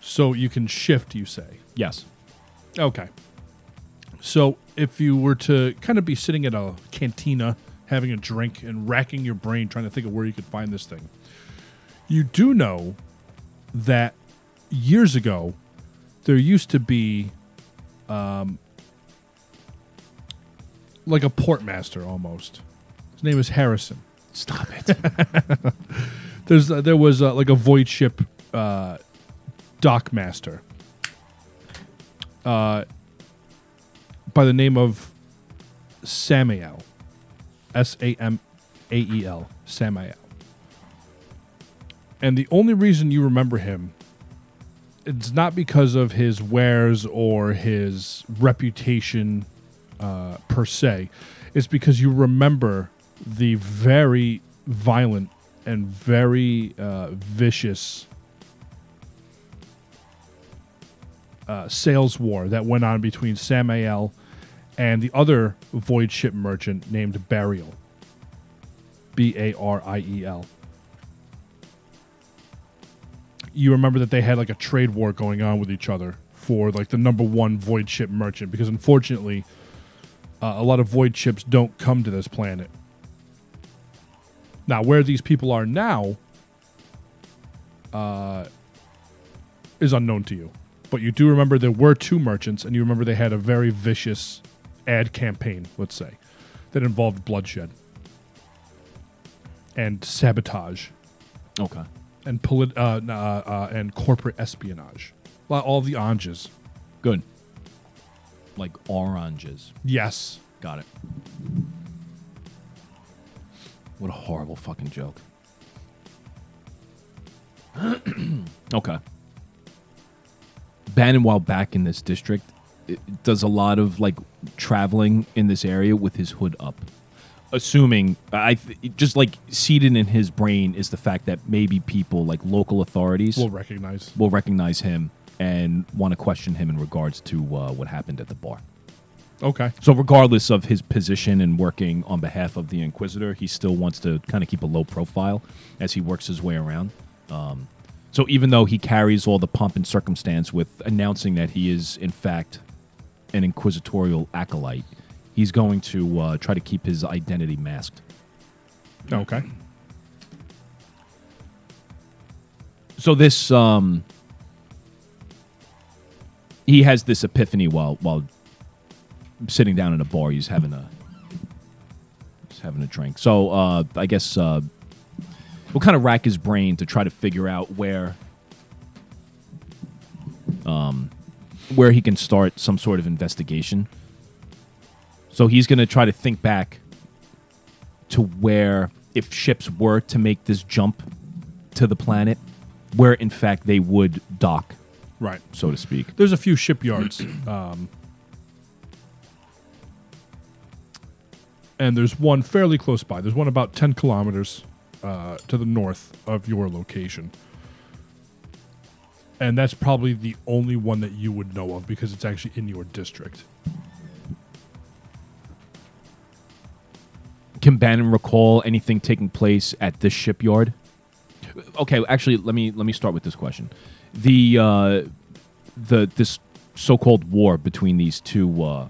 So you can shift, you say.
Yes.
Okay. So if you were to kind of be sitting at a cantina having a drink and racking your brain trying to think of where you could find this thing, you do know that years ago there used to be um, like a portmaster almost. His name is Harrison.
Stop it.
There's there was uh, like a void ship uh, dock master uh, by the name of Samael, S A M A E L, Samael. And the only reason you remember him, it's not because of his wares or his reputation uh, per se. It's because you remember the very violent and very uh, vicious uh, sales war that went on between Samael and the other void ship merchant named Burial. B A R I E L. You remember that they had like a trade war going on with each other for like the number one void ship merchant because unfortunately uh, a lot of void ships don't come to this planet. Now, where these people are now uh, is unknown to you. But you do remember there were two merchants, and you remember they had a very vicious ad campaign, let's say, that involved bloodshed and sabotage
okay.
and polit- uh, n- uh, uh, and corporate espionage. Well, All the anges.
Good. Like oranges.
Yes.
Got it. What a horrible fucking joke. okay. Bannon, while back in this district, i- does a lot of like traveling in this area with his hood up. Assuming, I th- just like seated in his brain is the fact that maybe people like local authorities
We'll recognize.
will recognize him and want to question him in regards to uh, what happened at the bar.
Okay.
So, regardless of his position and working on behalf of the Inquisitor, he still wants to kind of keep a low profile as he works his way around. Um, so, even though he carries all the pomp and circumstance with announcing that he is, in fact, an inquisitorial acolyte, he's going to uh, try to keep his identity masked.
Okay.
so this um he has this epiphany while while sitting down in a bar he's having a he's having a drink so uh i guess uh we'll kind of rack his brain to try to figure out where um where he can start some sort of investigation so he's going to try to think back to where if ships were to make this jump to the planet where in fact they would dock
Right.
so to speak
There's a few shipyards, um, and there's one fairly close by. There's one about ten kilometers uh, to the north of your location, and that's probably the only one that you would know of because it's actually in your district.
can Bannon recall anything taking place at this shipyard? Okay, actually, let me let me start with this question. The uh, the this so-called war between these two uh,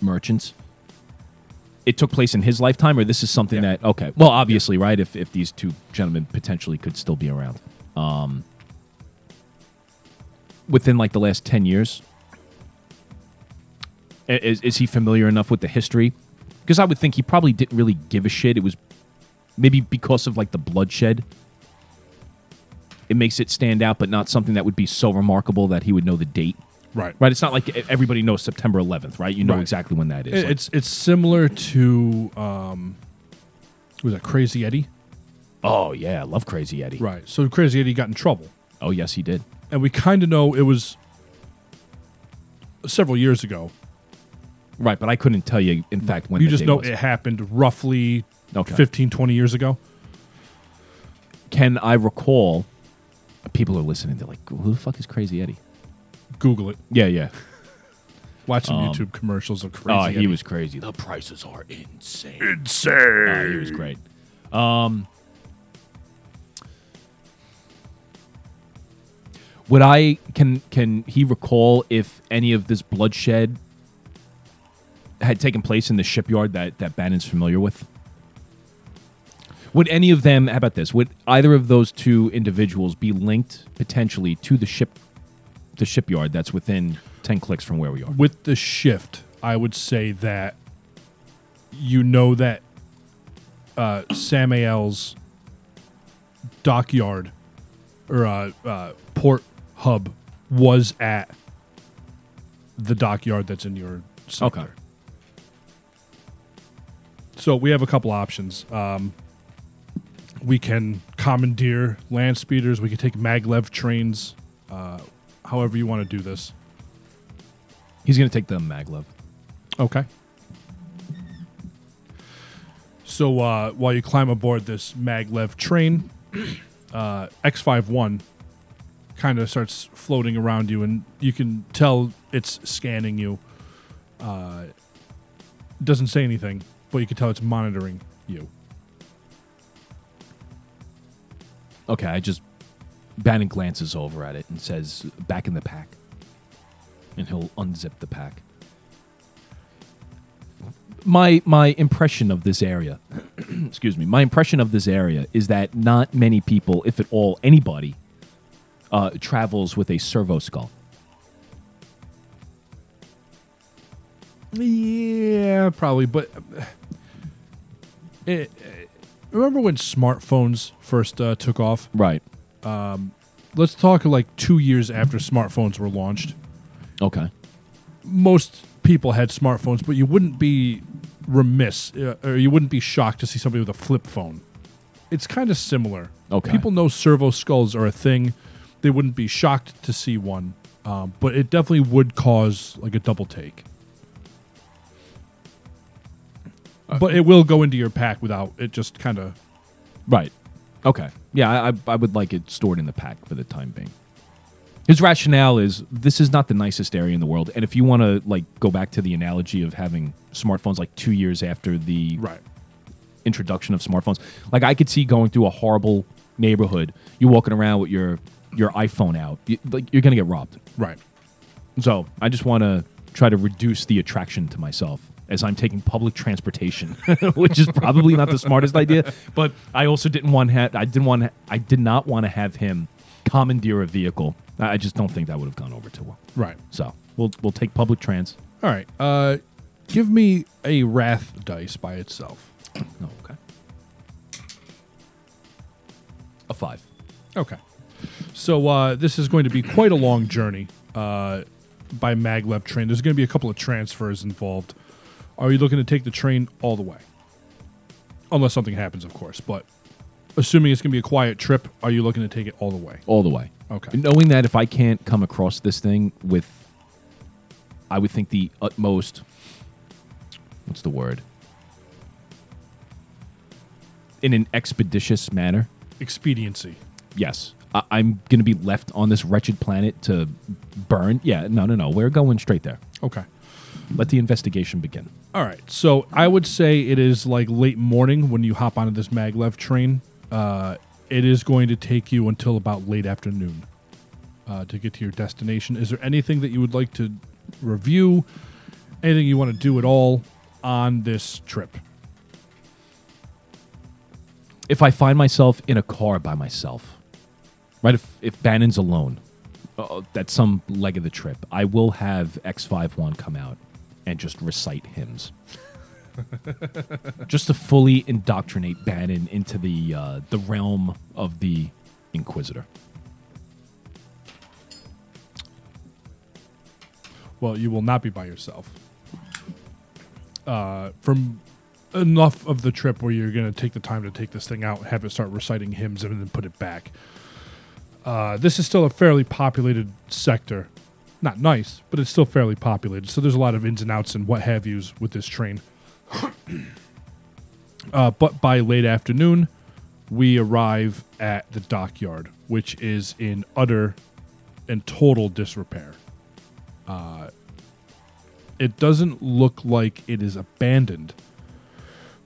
merchants. It took place in his lifetime, or this is something that okay. Well, obviously, right? If if these two gentlemen potentially could still be around, um, within like the last ten years, I- Is, is he familiar enough with the history? Because I would think he probably didn't really give a shit. It was maybe because of like the bloodshed. It makes it stand out, but not something that would be so remarkable that he would know the date.
Right.
Right? It's not like e- everybody knows September 11th, right? You know
Right.
exactly when that is.
It-
Like,
It's it's similar to um, was that Crazy Eddie?
oh yeah, I love Crazy Eddie.
Right. So Crazy Eddie got in trouble,
Oh yes, he did.
and we kind of know it was several years ago.
Right, but I couldn't tell you in fact when
you
the
just
day
know
was.
it happened roughly
Okay.
fifteen twenty 15, 20 years ago.
Can I recall? People are listening. They're like, "Who the fuck is Crazy Eddie?"
Google it.
Yeah, yeah.
Watch some YouTube commercials of Crazy
Um, Oh,
Eddie.
he was crazy. The prices are insane.
Insane.
Uh, he was great. Um, would I can can he recall if any of this bloodshed had taken place in the shipyard that that Bannon's familiar with? Would any of them? How about this? Would either of those two individuals be linked potentially to the ship, the shipyard that's within ten clicks from where we are?
With the shift, I would say that you know that uh, Samael's dockyard or uh, uh, port hub was at the dockyard that's in your sector.
Okay.
So we have a couple options. Um, we can commandeer land speeders. We can take maglev trains. Uh, however you want to do this.
He's gonna take the maglev.
Okay. So uh, while you climb aboard this maglev train, uh, X51 kind of starts floating around you, and you can tell it's scanning you. Uh, it doesn't say anything, but you can tell it's monitoring you.
Okay, I just Bannon glances over at it and says, "Back in the pack," and he'll unzip the pack. My my impression of this area, excuse me, my impression of this area is that not many people, if at all, anybody, uh, travels with a servo skull.
Yeah, probably, but it, remember when smartphones first uh, took off?
Right.
Let's talk like two years after smartphones were launched.
Okay.
most people had smartphones, but you wouldn't be remiss uh, or you wouldn't be shocked to see somebody with a flip phone. It's kind of similar.
Okay.
People know servo skulls are a thing. They wouldn't be shocked to see one, um, but it definitely would cause like a double take. but it will go into your pack without it just kind of
Right. Okay. Yeah, I, I, I would like it stored in the pack for the time being. His rationale is this is not the nicest area in the world, and if you want to like go back to the analogy of having smartphones like two years after the
right.
introduction of smartphones, like I could see going through a horrible neighborhood, you walking around with your your iPhone out, you, like you're gonna get robbed.
Right.
So I just want to try to reduce the attraction to myself as I'm taking public transportation, which is probably not the smartest idea. But I also didn't want ha- I didn't want I did not want to have him commandeer a vehicle. I I just don't think that would have gone over too well.
Right.
So we'll we'll take public trans.
All right. Uh, give me a wrath dice by itself.
No, Oh, okay. A five.
Okay. So uh, this is going to be quite a long journey uh, by maglev train. There's going to be a couple of transfers involved. Are you looking to take the train all the way? Unless something happens, of course. But assuming it's going to be a quiet trip, are you looking to take it all the way?
all the way.
Okay.
Knowing that if I can't come across this thing with, I would think the utmost. What's the word? In an expeditious manner.
Expediency.
Yes, I- I'm going to be left on this wretched planet to burn. Yeah, no, no, no. We're going straight there.
Okay.
Let the investigation begin.
All right. So I would say it is like late morning when you hop onto this maglev train. Uh, it is going to take you until about late afternoon uh, to get to your destination. Is there anything that you would like to review? Anything you want to do at all on this trip?
If I find myself in a car by myself, right? If if Bannon's alone, uh, at some leg of the trip, I will have X 51 come out and just recite hymns, just to fully indoctrinate Bannon into the uh, the realm of the Inquisitor.
Well, you will not be by yourself. Uh, from enough of the trip where you're going to take the time to take this thing out, have it start reciting hymns, and then put it back. Uh, this is still a fairly populated sector. Not nice, but it's still fairly populated. So there's a lot of ins and outs and what have yous with this train. uh, but by late afternoon, we arrive at the dockyard, which is in utter and total disrepair it doesn't look like it is abandoned,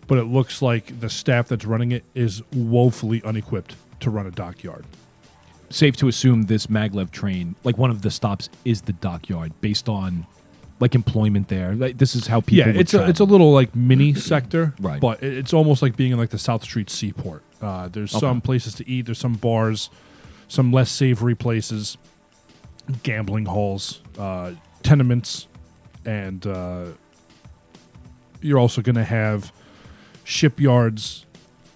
but it looks like the staff that's running it is woefully unequipped to run a dockyard.
safe to assume this maglev train like one of the stops is the dockyard based on like employment there like this is how people
yeah,
would
it's a,
travel.
it's a little like mini sector,
Right.
But it, it's almost like being in like the South Street Seaport. Uh, there's some places to eat. There's some bars, some less savory places, gambling halls, uh, tenements, and uh, you're also going to have shipyards,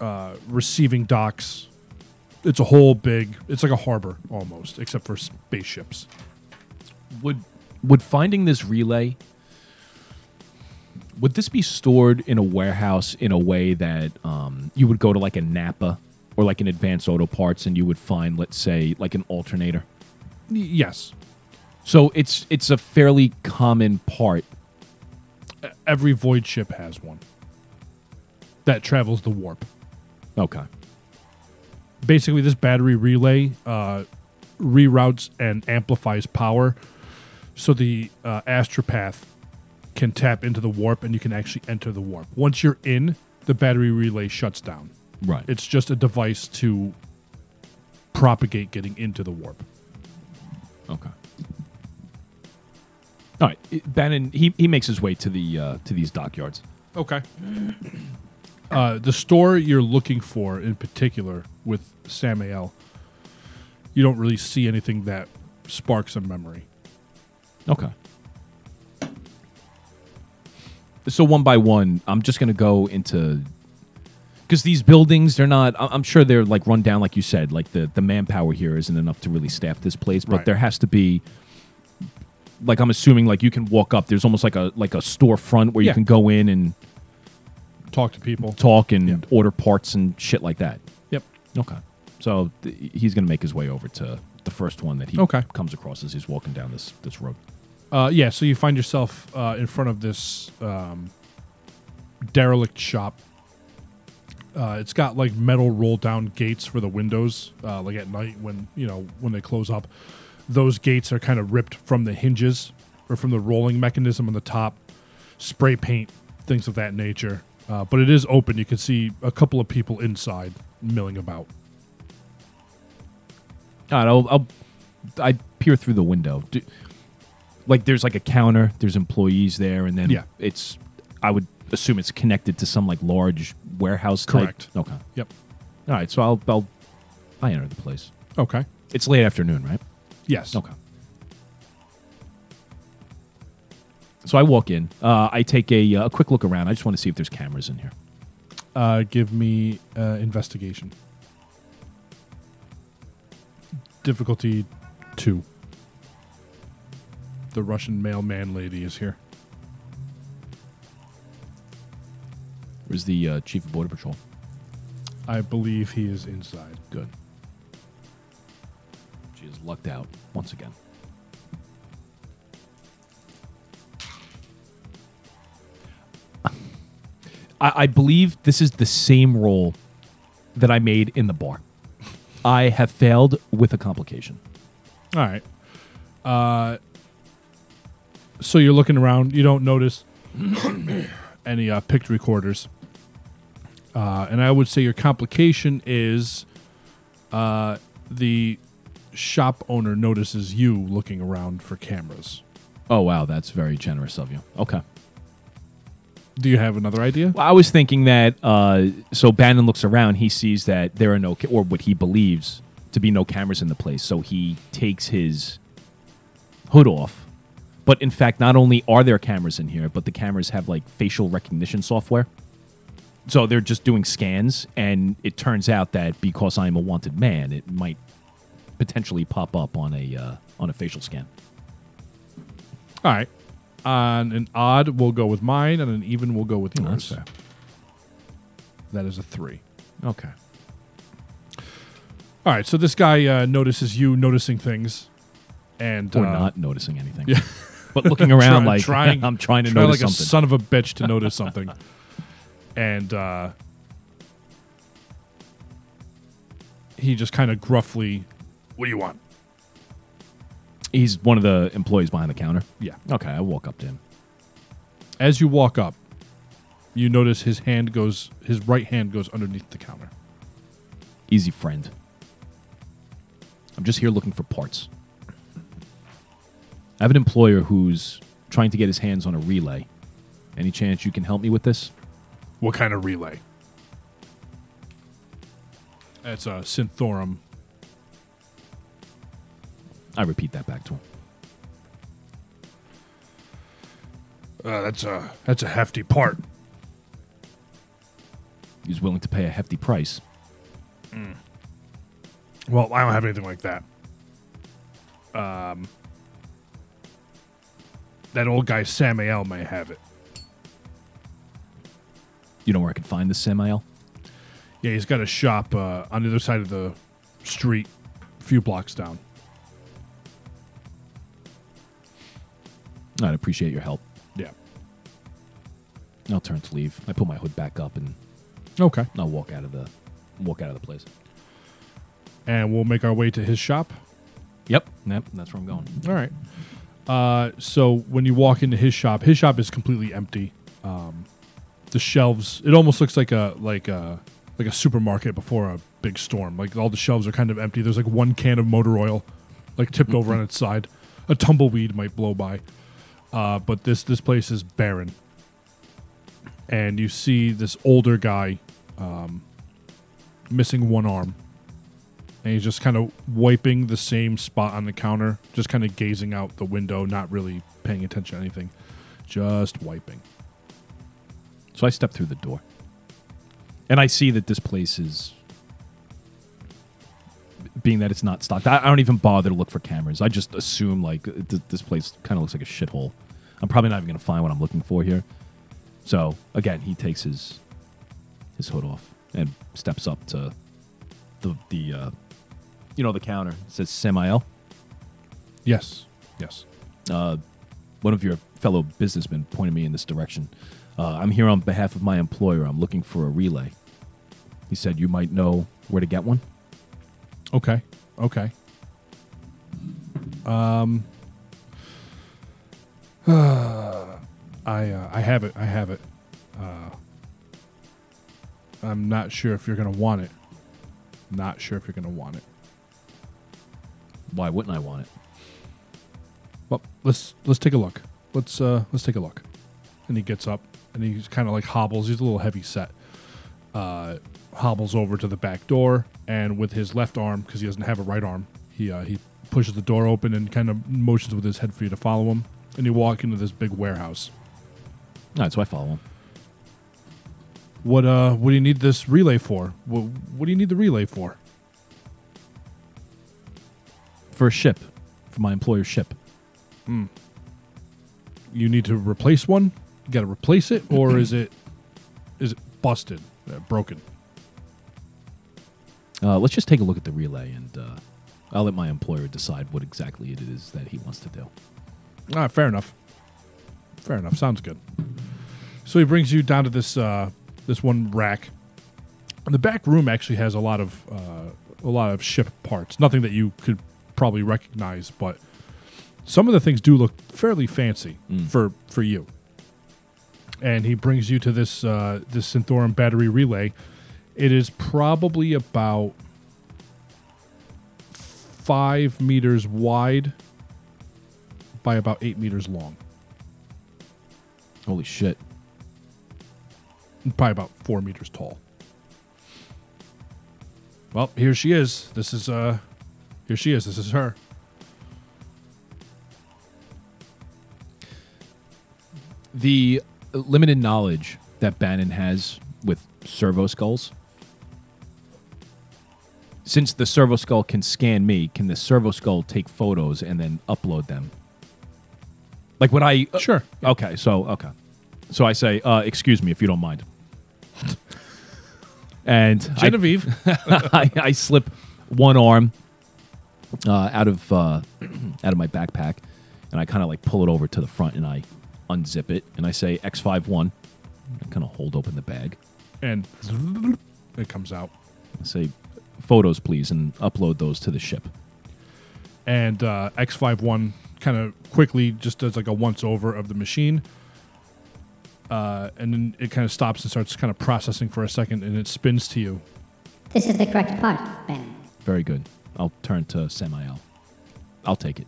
uh, receiving docks. It's a whole big. It's like a harbor almost, except for spaceships.
would would finding this relay would this be stored in a warehouse in a way that um, you would go to like a napa or like an advanced auto parts and you would find let's say like an alternator
Y- yes,
so it's it's a fairly common part
every void ship has one that travels the warp.
okay
Basically, this battery relay uh, reroutes and amplifies power so the uh, astropath can tap into the warp and you can actually enter the warp. Once you're in, the battery relay shuts down.
right
It's just a device to propagate getting into the warp.
Okay. All right, I- Bannon. He, he makes his way to the uh, to these dockyards.
Okay. Uh, the store you're looking for in particular with Samael, you don't really see anything that sparks a memory.
Okay. So one by one, I'm just gonna go into because these buildings they're not. I- I'm sure they're like run down, like you said. Like the the manpower here isn't enough to really staff this place, but
Right.
there has to be. Like I'm assuming, like you can walk up. There's almost like a like a storefront where
Yeah.
you can go in and
Talk to people.
talk and
Yep.
order parts and shit like that.
Yep.
Okay. So th- he's going to make his way over to the first one that he
Okay.
comes across as he's walking down this this road.
Uh, yeah, so you find yourself uh, in front of this um, derelict shop. Uh, it's got like metal roll down gates for the windows, uh, like at night when you know when they close up. Those gates are kind of ripped from the hinges or from the rolling mechanism on the top. Spray paint, things of that nature. Uh, but it is open. You can see a couple of people inside milling about.
All right, I'll, I'll I peer through the window. Do, like there's like a counter, there's employees there, and then
Yeah.
it's I would assume it's connected to some like large warehouse. type-
Correct.
Okay.
Yep.
All right. So I'll I'll I enter the place.
Okay.
It's late afternoon, right?
Yes.
Okay. So I walk in. Uh, I take a, uh, a quick look around. I just want to see if there's cameras in here.
Uh, give me uh, investigation. Difficulty two. The Russian mailman lady is here.
Where's the uh, chief of border patrol?
I believe he is inside.
Good. She is lucked out once again. I, I believe this is the same roll that I made in the bar. I have failed with a complication.
All right. Uh, so you're looking around, you don't notice any uh, picked recorders. Uh, and I would say your complication is uh, the shop owner notices you looking around for cameras.
Oh wow, that's very generous of you. Okay.
Do you have another idea?
Well, I was thinking that uh, so Bannon looks around, he sees that there are no ca- or what he believes to be no cameras in the place, so he takes his hood off. But in fact, not only are there cameras in here, but the cameras have like facial recognition software. So they're just doing scans, and it turns out that because I am a wanted man, it might potentially pop up on a uh, on a facial scan.
All right. On an odd, we'll go with mine, and an even, we'll go with yours.
fair.
That is a three.
Okay.
All right. So this guy uh, notices you noticing things, and
Or
uh,
not noticing anything. But looking around,
Try-
like
trying-
I'm trying to
try
notice
like
something.
a son of a bitch to notice something. and uh, he just kind of gruffly, "What do you want?"
He's one of the employees behind the counter.
Yeah.
Okay, I walk up to him.
As you walk up, you notice his hand goes, his right hand goes underneath the counter.
Easy friend. I'm just here looking for parts. I have an employer who's trying to get his hands on a relay. Any chance you can help me with this?
What kind of relay? That's a Synthorum.
I repeat that back to him.
Uh, that's a that's a hefty part.
He's willing to pay a hefty price.
Well, I don't have anything like that. Um, that old guy Samael may have it.
You know where I can find this Samael?
Yeah, he's got a shop uh, on the other side of the street, a few blocks down.
I'd appreciate your help.
Yeah.
I'll turn to leave. I put my hood back up and
Okay.
I'll walk out of the walk out of the place.
And we'll make our way to his shop.
Yep. Yep. That's where I'm going.
All right. Uh, so when you walk into his shop, his shop is completely empty. Um, the shelves, it almost looks like a like a like a supermarket before a big storm. Like all the shelves are kind of empty. There's like one can of motor oil, like tipped over on its side. A tumbleweed might blow by, uh, but this this place is barren. And you see this older guy, um, missing one arm and he's just kind of wiping the same spot on the counter, just kind of gazing out the window, not really paying attention to anything, just wiping.
So I step through the door. And I see that this place is being that it's not stocked. I, I don't even bother to look for cameras. I just assume like th- this place kind of looks like a shithole. I'm probably not even going to find what I'm looking for here. So, again, he takes his his hood off and steps up to the the uh, you know the counter. It says Samael.
Yes, yes.
one of your fellow businessmen pointed me in this direction. Uh, I'm here on behalf of my employer. I'm looking for a relay. He said you might know where to get one.
Okay, okay. Um, I uh, I have it. I have it. Uh, I'm not sure if you're gonna want it. Not sure if you're gonna want it.
Why wouldn't I want it?
well, let's let's take a look. Let's uh let's take a look. And he gets up and he's kind of like hobbles. He's a little heavy set. Uh, hobbles over to the back door and with his left arm because he doesn't have a right arm, he uh, he pushes the door open and kind of motions with his head for you to follow him. And you walk into this big warehouse.
All right, so I follow him.
What uh what do you need this relay for? What, what do you need the relay for?
For a ship, for my employer's ship.
You need to replace one. You got to replace it, or is it is it busted, uh, broken?
Uh, let's just take a look at the relay and uh, I'll let my employer decide what exactly it is that he wants to do.
Ah, fair enough. Fair enough. Sounds good. So he brings you down to this uh, this one rack. And the back room actually has a lot of uh, a lot of ship parts. Nothing that you could probably recognize, but Some of the things do look fairly fancy for for you. And he brings you to this uh, this Synthorum battery relay. It is probably about five meters wide by about eight meters long,
Holy shit.
and probably about four meters tall. Well, here she is. This is uh, here she is. This is her.
The limited knowledge that Bannon has with servo skulls. Since the servo skull can scan me, can the servo skull take photos and then upload them? Like when I uh,
Sure.
Okay, so okay, so I say, uh, excuse me if you don't mind, and I-
Genevieve.
I, I slip one arm uh, out of uh, out of my backpack, and I kind of like pull it over to the front, and I unzip it, and I say X 51 I kind of hold open the bag.
and it comes out.
I say, photos, please, and upload those to the ship.
And uh, X51 kind of quickly just does like a once over of the machine. Uh, and then it kind of stops and starts kind of processing for a second and it spins to you.
This is the correct part, Ben.
Very good. I'll turn to Samael. I'll take it.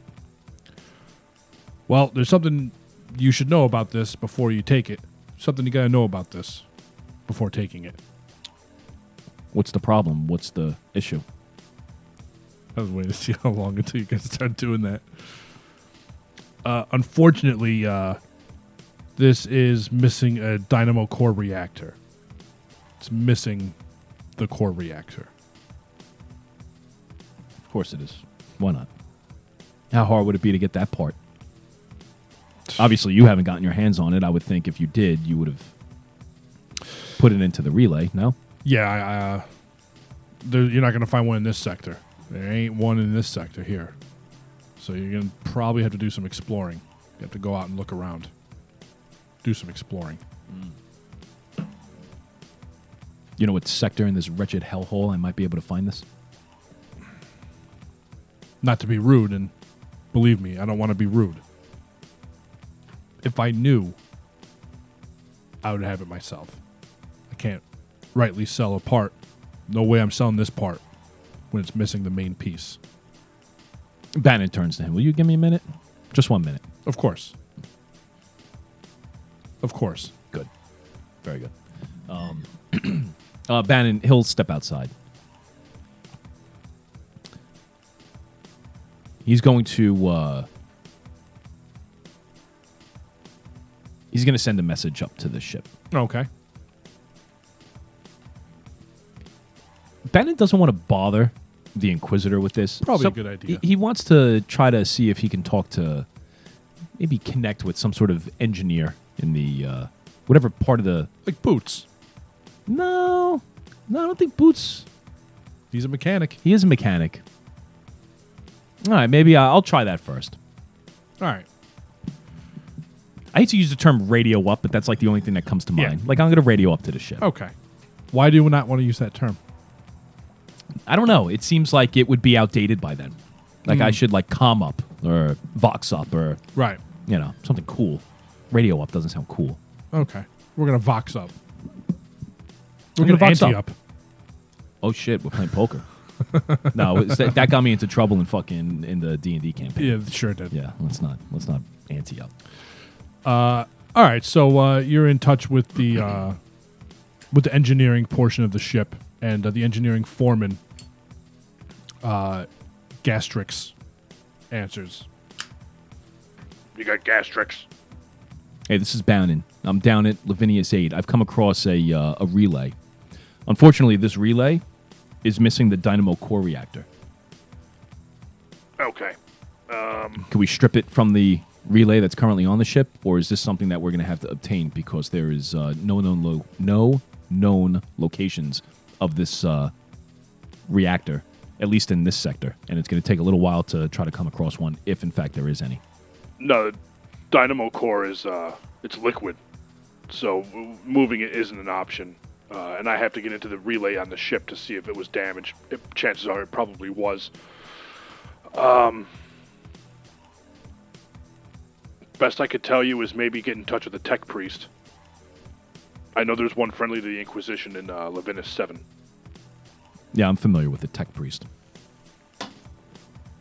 Well, there's something you should know about this before you take it. Something you got to know about this before taking it.
What's the problem? What's the issue?
I was waiting to see how long until you guys start doing that. Uh, unfortunately, uh, this is missing a dynamo core reactor. It's missing the core reactor.
Of course it is. Why not? How hard would it be to get that part? Obviously, you haven't gotten your hands on it. I would think if you did, you would have put it into the relay. No,
Yeah, I, I, uh, there, you're not going to find one in this sector. There ain't one in this sector here. So you're going to probably have to do some exploring. You have to go out and look around, do some exploring.
you know what sector in this wretched hellhole I might be able to find this.
not to be rude, and believe me, I don't want to be rude. If I knew, I would have it myself. I can't rightly sell a part. No way I'm selling this part when it's missing the main piece.
Bannon turns to him. Will you give me a minute? Just one minute.
Of course. Of course.
Good. Very good. Um, uh, Bannon, he'll step outside. He's going to. Uh, he's going to send a message up to the ship.
Okay.
Bannon doesn't want to bother the Inquisitor with this.
Probably a good idea.
He, he wants to try to see if he can talk to, maybe connect with some sort of engineer in the uh, whatever part of the.
Like Boots.
No, no, I don't think Boots.
He's a mechanic.
He is a mechanic. All right, maybe I- I'll try that first.
All right.
I hate to use the term radio up, but that's like the only thing that comes to
Yeah.
mind. Like I'm going to radio up to the ship.
Okay. Why do you not want to use that term?
I don't know. It seems like it would be outdated by then. Like I should like com up or vox up or
Right.
you know something cool. Radio up doesn't sound cool.
Okay. We're going to vox up.
We're
We're going to
gonna vox
vox
up.
up.
Oh shit, we're playing poker. no, it's that, that got me into trouble in fucking in the D and D campaign.
Yeah, sure did.
Yeah, let's not let's not anti up.
All right, so uh, you're in touch with the uh, with the engineering portion of the ship, and uh, the engineering foreman, uh, Gastrix, answers.
You got gastrics.
Hey, this is Bannon. I'm down at Lavinia's Aid. I've come across a, uh, a relay. Unfortunately, this relay is missing the dynamo core reactor.
Okay.
Can we strip it from the relay that's currently on the ship, or is this something that we're going to have to obtain because there is uh, no known lo- no known locations of this uh, reactor, at least in this sector, and it's going to take a little while to try to come across one, if in fact there is any.
No, Dynamo Core is uh, it's liquid, so w- moving it isn't an option. Uh, and I have to get into the relay on the ship to see if it was damaged. It, chances are it probably was. Um, Best I could tell you is maybe get in touch with a tech priest. I know there's one friendly to the Inquisition in uh, Levinus 7.
Yeah, I'm familiar with the tech priest.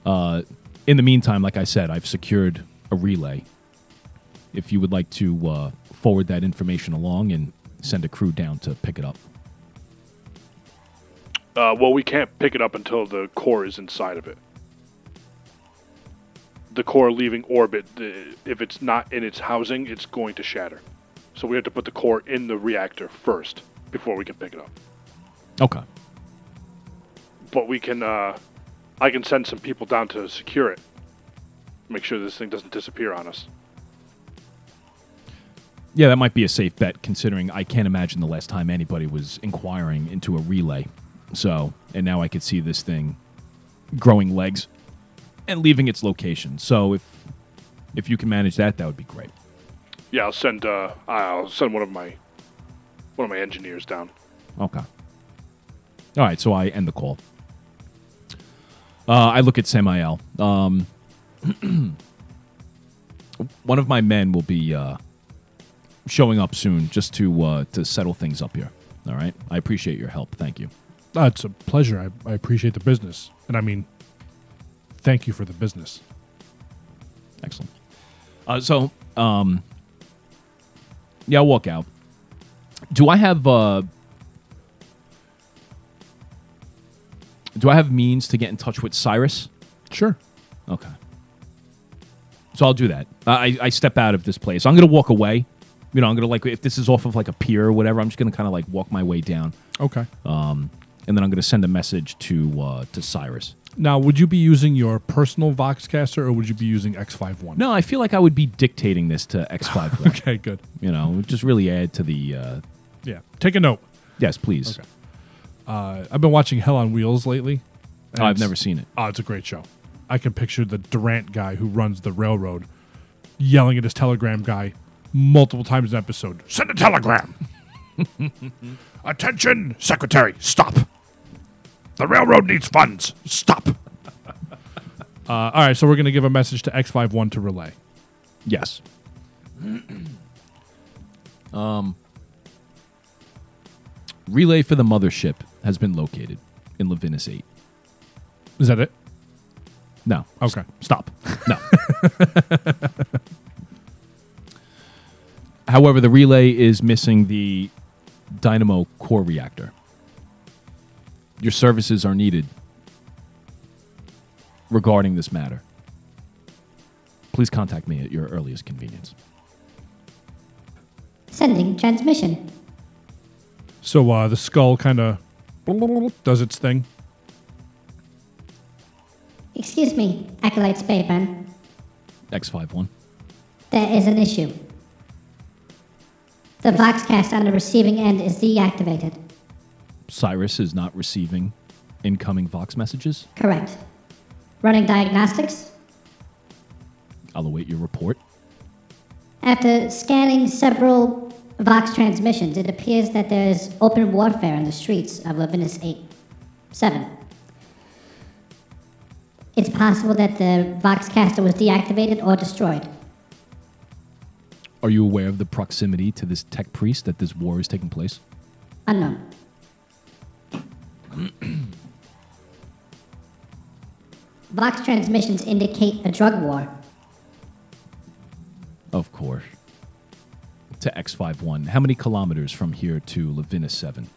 Uh, in the meantime, like I said, I've secured a relay. If you would like to uh, forward that information along and send a crew down to pick it up.
Uh, well, we can't pick it up until the core is inside of it. The core leaving orbit, the, if it's not in its housing, it's going to shatter. So we have to put the core in the reactor first before we can pick it up.
Okay.
But we can, uh, I can send some people down to secure it. Make sure this thing doesn't disappear on us.
Yeah, that might be a safe bet considering I can't imagine the last time anybody was inquiring into a relay. So, and now I could see this thing growing legs and leaving its location. So, if if you can manage that, that would be great.
Yeah, I'll send, uh, I'll send one of my, one of my engineers down.
Okay. All right, so I end the call. Uh, I look at Samael. Um, one of my men will be uh, showing up soon, just to uh, to settle things up here. All right, I appreciate your help. Thank you.
Ah, it's a pleasure. I, I appreciate the business. And I mean, thank you for the business.
Excellent. Uh, so, um, yeah, I'll walk out. Do I have uh, do I have means to get in touch with Cyrus?
Sure.
Okay. So I'll do that. I, I step out of this place. I'm gonna walk away. You know, I'm gonna like if this is off of like a pier or whatever. I'm just gonna kind of like walk my way down,
Okay.
and then I'm gonna send a message to uh, to Cyrus.
Now, would you be using your personal Voxcaster or would you be using X51?
No, I feel like I would be dictating this to X5.
Okay, good.
You know, it would just really add to the. Uh,
Yeah. Take a note.
yes, please.
Okay. Uh, I've been watching Hell on Wheels lately. and
Oh, I've
it's-
never seen it.
Oh, it's a great show. I can picture the Durant guy who runs the railroad yelling at his telegram guy multiple times an episode. Send a telegram. Attention, secretary, stop. The railroad needs funds. Stop. uh, all right, so we're going to give a message to X51 to relay.
Yes. um, relay for the mothership has been located in Levinus 8.
Is that it?
No.
Okay.
Stop. No. However, the relay is missing the dynamo core reactor. Your services are needed regarding this matter. Please contact me at your earliest convenience.
Sending transmission.
So uh, the skull kind of does its thing.
Excuse me, Acolyte Spademan.
X51.
There is an issue. The Voxcast on the receiving end is deactivated.
Cyrus is not receiving incoming Vox messages.
Correct. Running diagnostics?
I'll await your report.
After scanning several Vox transmissions, it appears that there is open warfare in the streets of Levinus 8 7. It's possible that the Voxcaster was deactivated or destroyed.
Are you aware of the proximity to this tech priest that this war is taking place?
Unknown. Vox transmissions indicate a drug war.
Of course. To X51. How many kilometers from here to Levinus 7?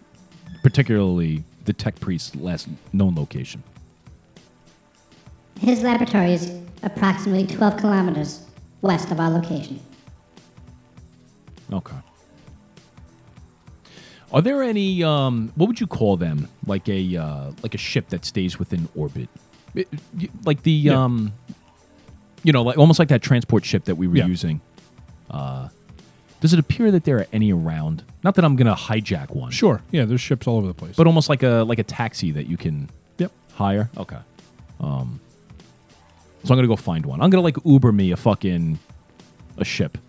Particularly the tech priest's last known location.
His laboratory is approximately 12 kilometers west of our location.
Okay. Are there any um what would you call them? Like a uh like a ship that stays within orbit. It- y- like the um you know, like almost like that transport ship that we were
Yeah.
using. Uh does it appear that there are any around? Not that I'm going to hijack one.
Sure. Yeah, there's ships all over the place.
but almost like a like a taxi that you can
Yep.
hire. Okay. Um, so I'm gonna go find one. I'm gonna like Uber me a fucking a ship.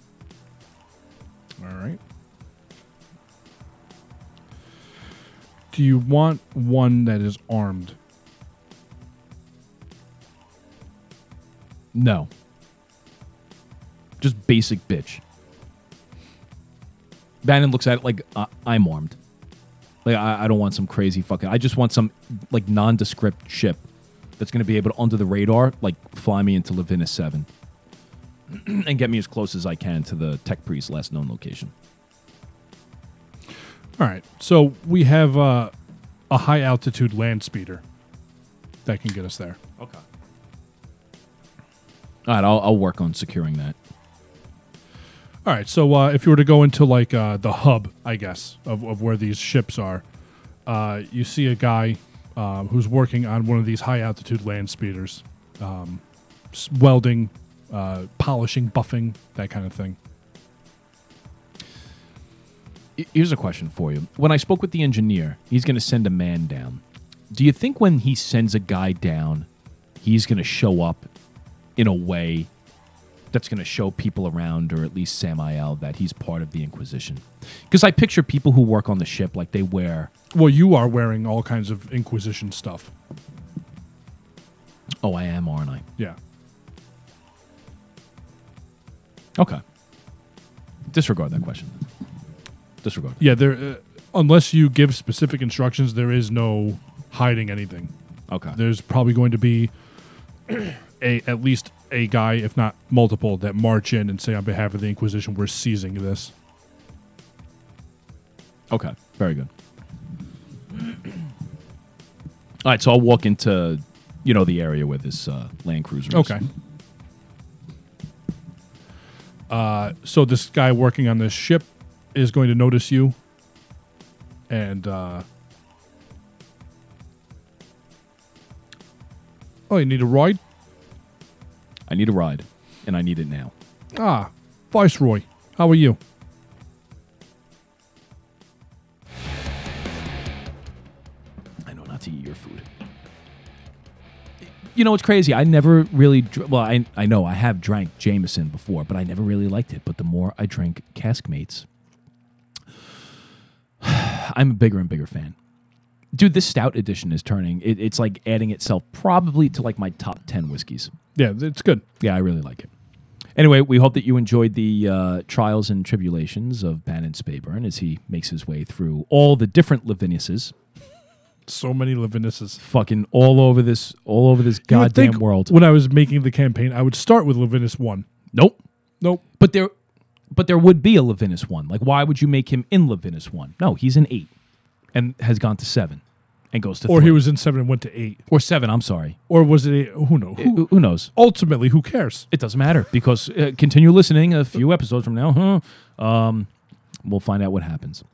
All right. Do you want one that is armed?
No. Just basic bitch. Bannon looks at it like uh, I'm armed. Like I, I don't want some crazy fucking. I just want some like nondescript ship that's going to be able to under the radar, like fly me into Levinus Seven, and get me as close as I can to the tech priest's last known location.
All right. So we have uh, a high altitude land speeder that can get us there.
Okay. All right, I'll, I'll work on securing that.
All right. So uh, if you were to go into like uh, the hub, I guess, of, of where these ships are, uh, you see a guy um, who's working on one of these high altitude land speeders, um, s- welding, uh, polishing, buffing, that kind of thing.
H- Here's a question for you. When I spoke with the engineer, he's going to send a man down. Do you think when he sends a guy down, he's going to show up in a way that's going to show people around, or at least Samael, that he's part of the Inquisition? Because I picture people who work on the ship like they wear.
Well, you are wearing all kinds of Inquisition stuff.
Oh, I am, aren't I?
Yeah.
Okay. Disregard that question. Disregard.
Yeah. There, uh, unless you give specific instructions, there is no hiding anything.
Okay.
there's probably going to be a at least a guy, if not multiple, that march in and say on behalf of the Inquisition, we're seizing this.
Okay, very good. All right, so I'll walk into you know the area where this uh, Land Cruiser is.
Okay. Uh, so this guy working on this ship is going to notice you, and uh, oh, you need a ride?
I need a ride, and I need it now.
Ah, Viceroy, how are you?
I know not to eat your food. You know, it's crazy. I never really, dr- well, I, I know I have drank Jameson before, but I never really liked it. But the more I drink Caskmates, I'm a bigger and bigger fan. Dude, this stout edition is turning, it, it's like adding itself probably to like my top 10 whiskeys.
Yeah, it's good.
Yeah, I really like it. Anyway, we hope that you enjoyed the uh, trials and tribulations of Bannon Spayburn as he makes his way through all the different Laviniuses,
So many Levinuses.
fucking all over this, all over this
You would
goddamn
think
world.
When I was making the campaign, I would start with Levinus one.
nope,
Nope.
but there, but there would be a Levinus one. Like, why would you make him in Levinus one? No, he's an eight, and has gone to seven, and goes to
Or
three.
he was in seven and went to eight.
or seven. I'm sorry.
Or was it eight? Who knows? Who,
Who, who knows?
ultimately, who cares?
It doesn't matter because uh, continue listening a few episodes from now. Huh? Um, we'll find out what happens.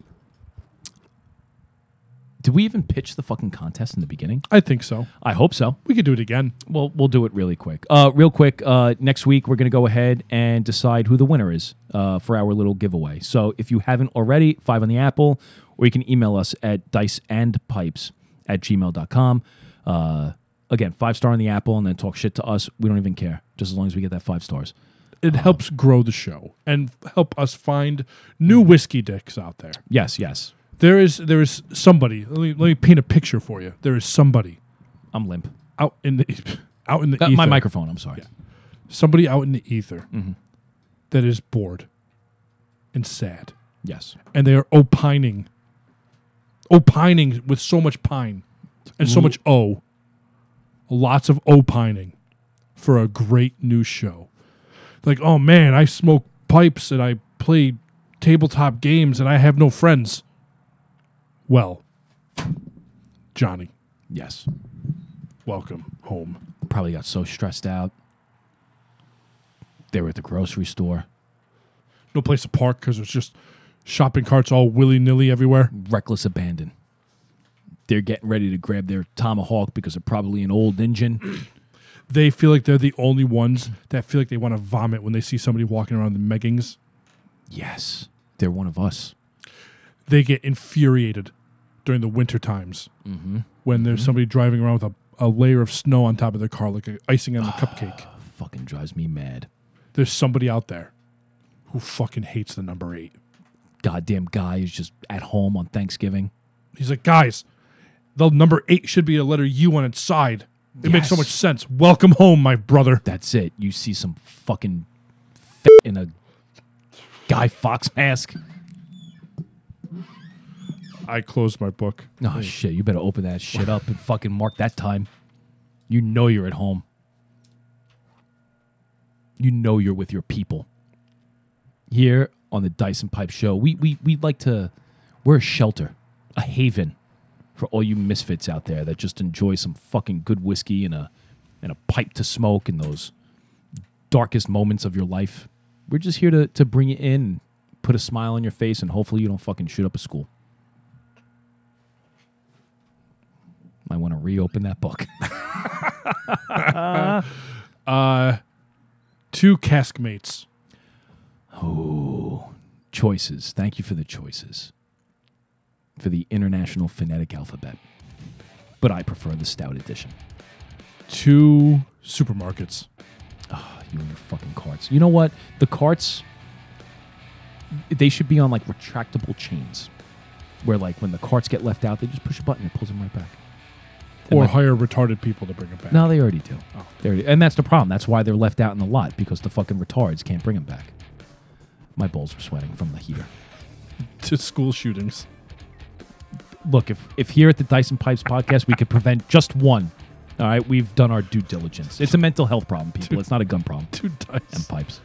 Did we even pitch the fucking contest in the beginning?
I think so.
I hope so.
We could do it again.
Well, we'll do it really quick. Uh, real quick, uh, next week we're going to go ahead and decide who the winner is uh, for our little giveaway. So if you haven't already, five on the apple, or you can email us at diceandpipes at gmail.com. Uh, again, five star on the apple and then talk shit to us. We don't even care, just as long as we get that five stars.
It helps grow the show and help us find new whiskey dicks out there.
Yes, yes.
There is there is somebody. Let me, let me paint a picture for you. There is somebody
I'm limp.
out in the e, out in the
That-
ether.
Uh, my microphone. I'm sorry.
Somebody out in the ether that is bored and sad,
Yes.
and they are opining, opining with so much pine and so much o. Lots of opining for a great new show. Like, oh man, I smoke pipes and I play tabletop games and I have no friends. Well, Johnny,
Yes.
welcome home.
Probably got so stressed out. They were at the grocery store.
No place to park because it's just shopping carts all willy nilly everywhere.
Reckless abandon. They're getting ready to grab their tomahawk because they're probably an old engine.
They feel like they're the only ones that feel like they want to vomit when they see somebody walking around the meggings.
Yes. They're one of us.
they get infuriated during the winter times when there's somebody driving around with a, a layer of snow on top of their car, like a icing on the cupcake.
Fucking drives me mad.
There's somebody out there who fucking hates the number eight.
Goddamn guy is just at home on Thanksgiving.
He's like, guys, the number eight should be a letter U on its side. It makes so
Yes.
much sense. Welcome home, my brother.
That's it. You see some fucking in a Guy Fox mask.
I closed my book.
Oh shit! You better open that shit up and fucking mark that time. You know you're at home. You know you're with your people. Here on the Dyson Pipe Show, we we we like to we're a shelter, a haven for all you misfits out there that just enjoy some fucking good whiskey and a and a pipe to smoke in those darkest moments of your life. We're just here to to bring you in, put a smile on your face, and hopefully you don't fucking shoot up a school. I want to reopen that book.
Uh, Two cask mates.
choices. Thank you for the choices. For the International Phonetic Alphabet. But I prefer the stout edition.
Two supermarkets.
You and your fucking carts. You know what? The carts, they should be on like retractable chains. Where like when the carts get left out, they just push a button, it pulls them right back.
Or
like-
hire retarded people to bring it back.
No, they already do. They already- and that's the problem. That's why they're left out in the lot because the fucking retards can't bring them back. My balls are sweating from the heater.
To school shootings.
look, if if here at the Dyson Pipes podcast we could prevent just one, all right, we've done our due diligence. It's a mental health problem, people. It's not a gun problem.
Two dice.
And pipes.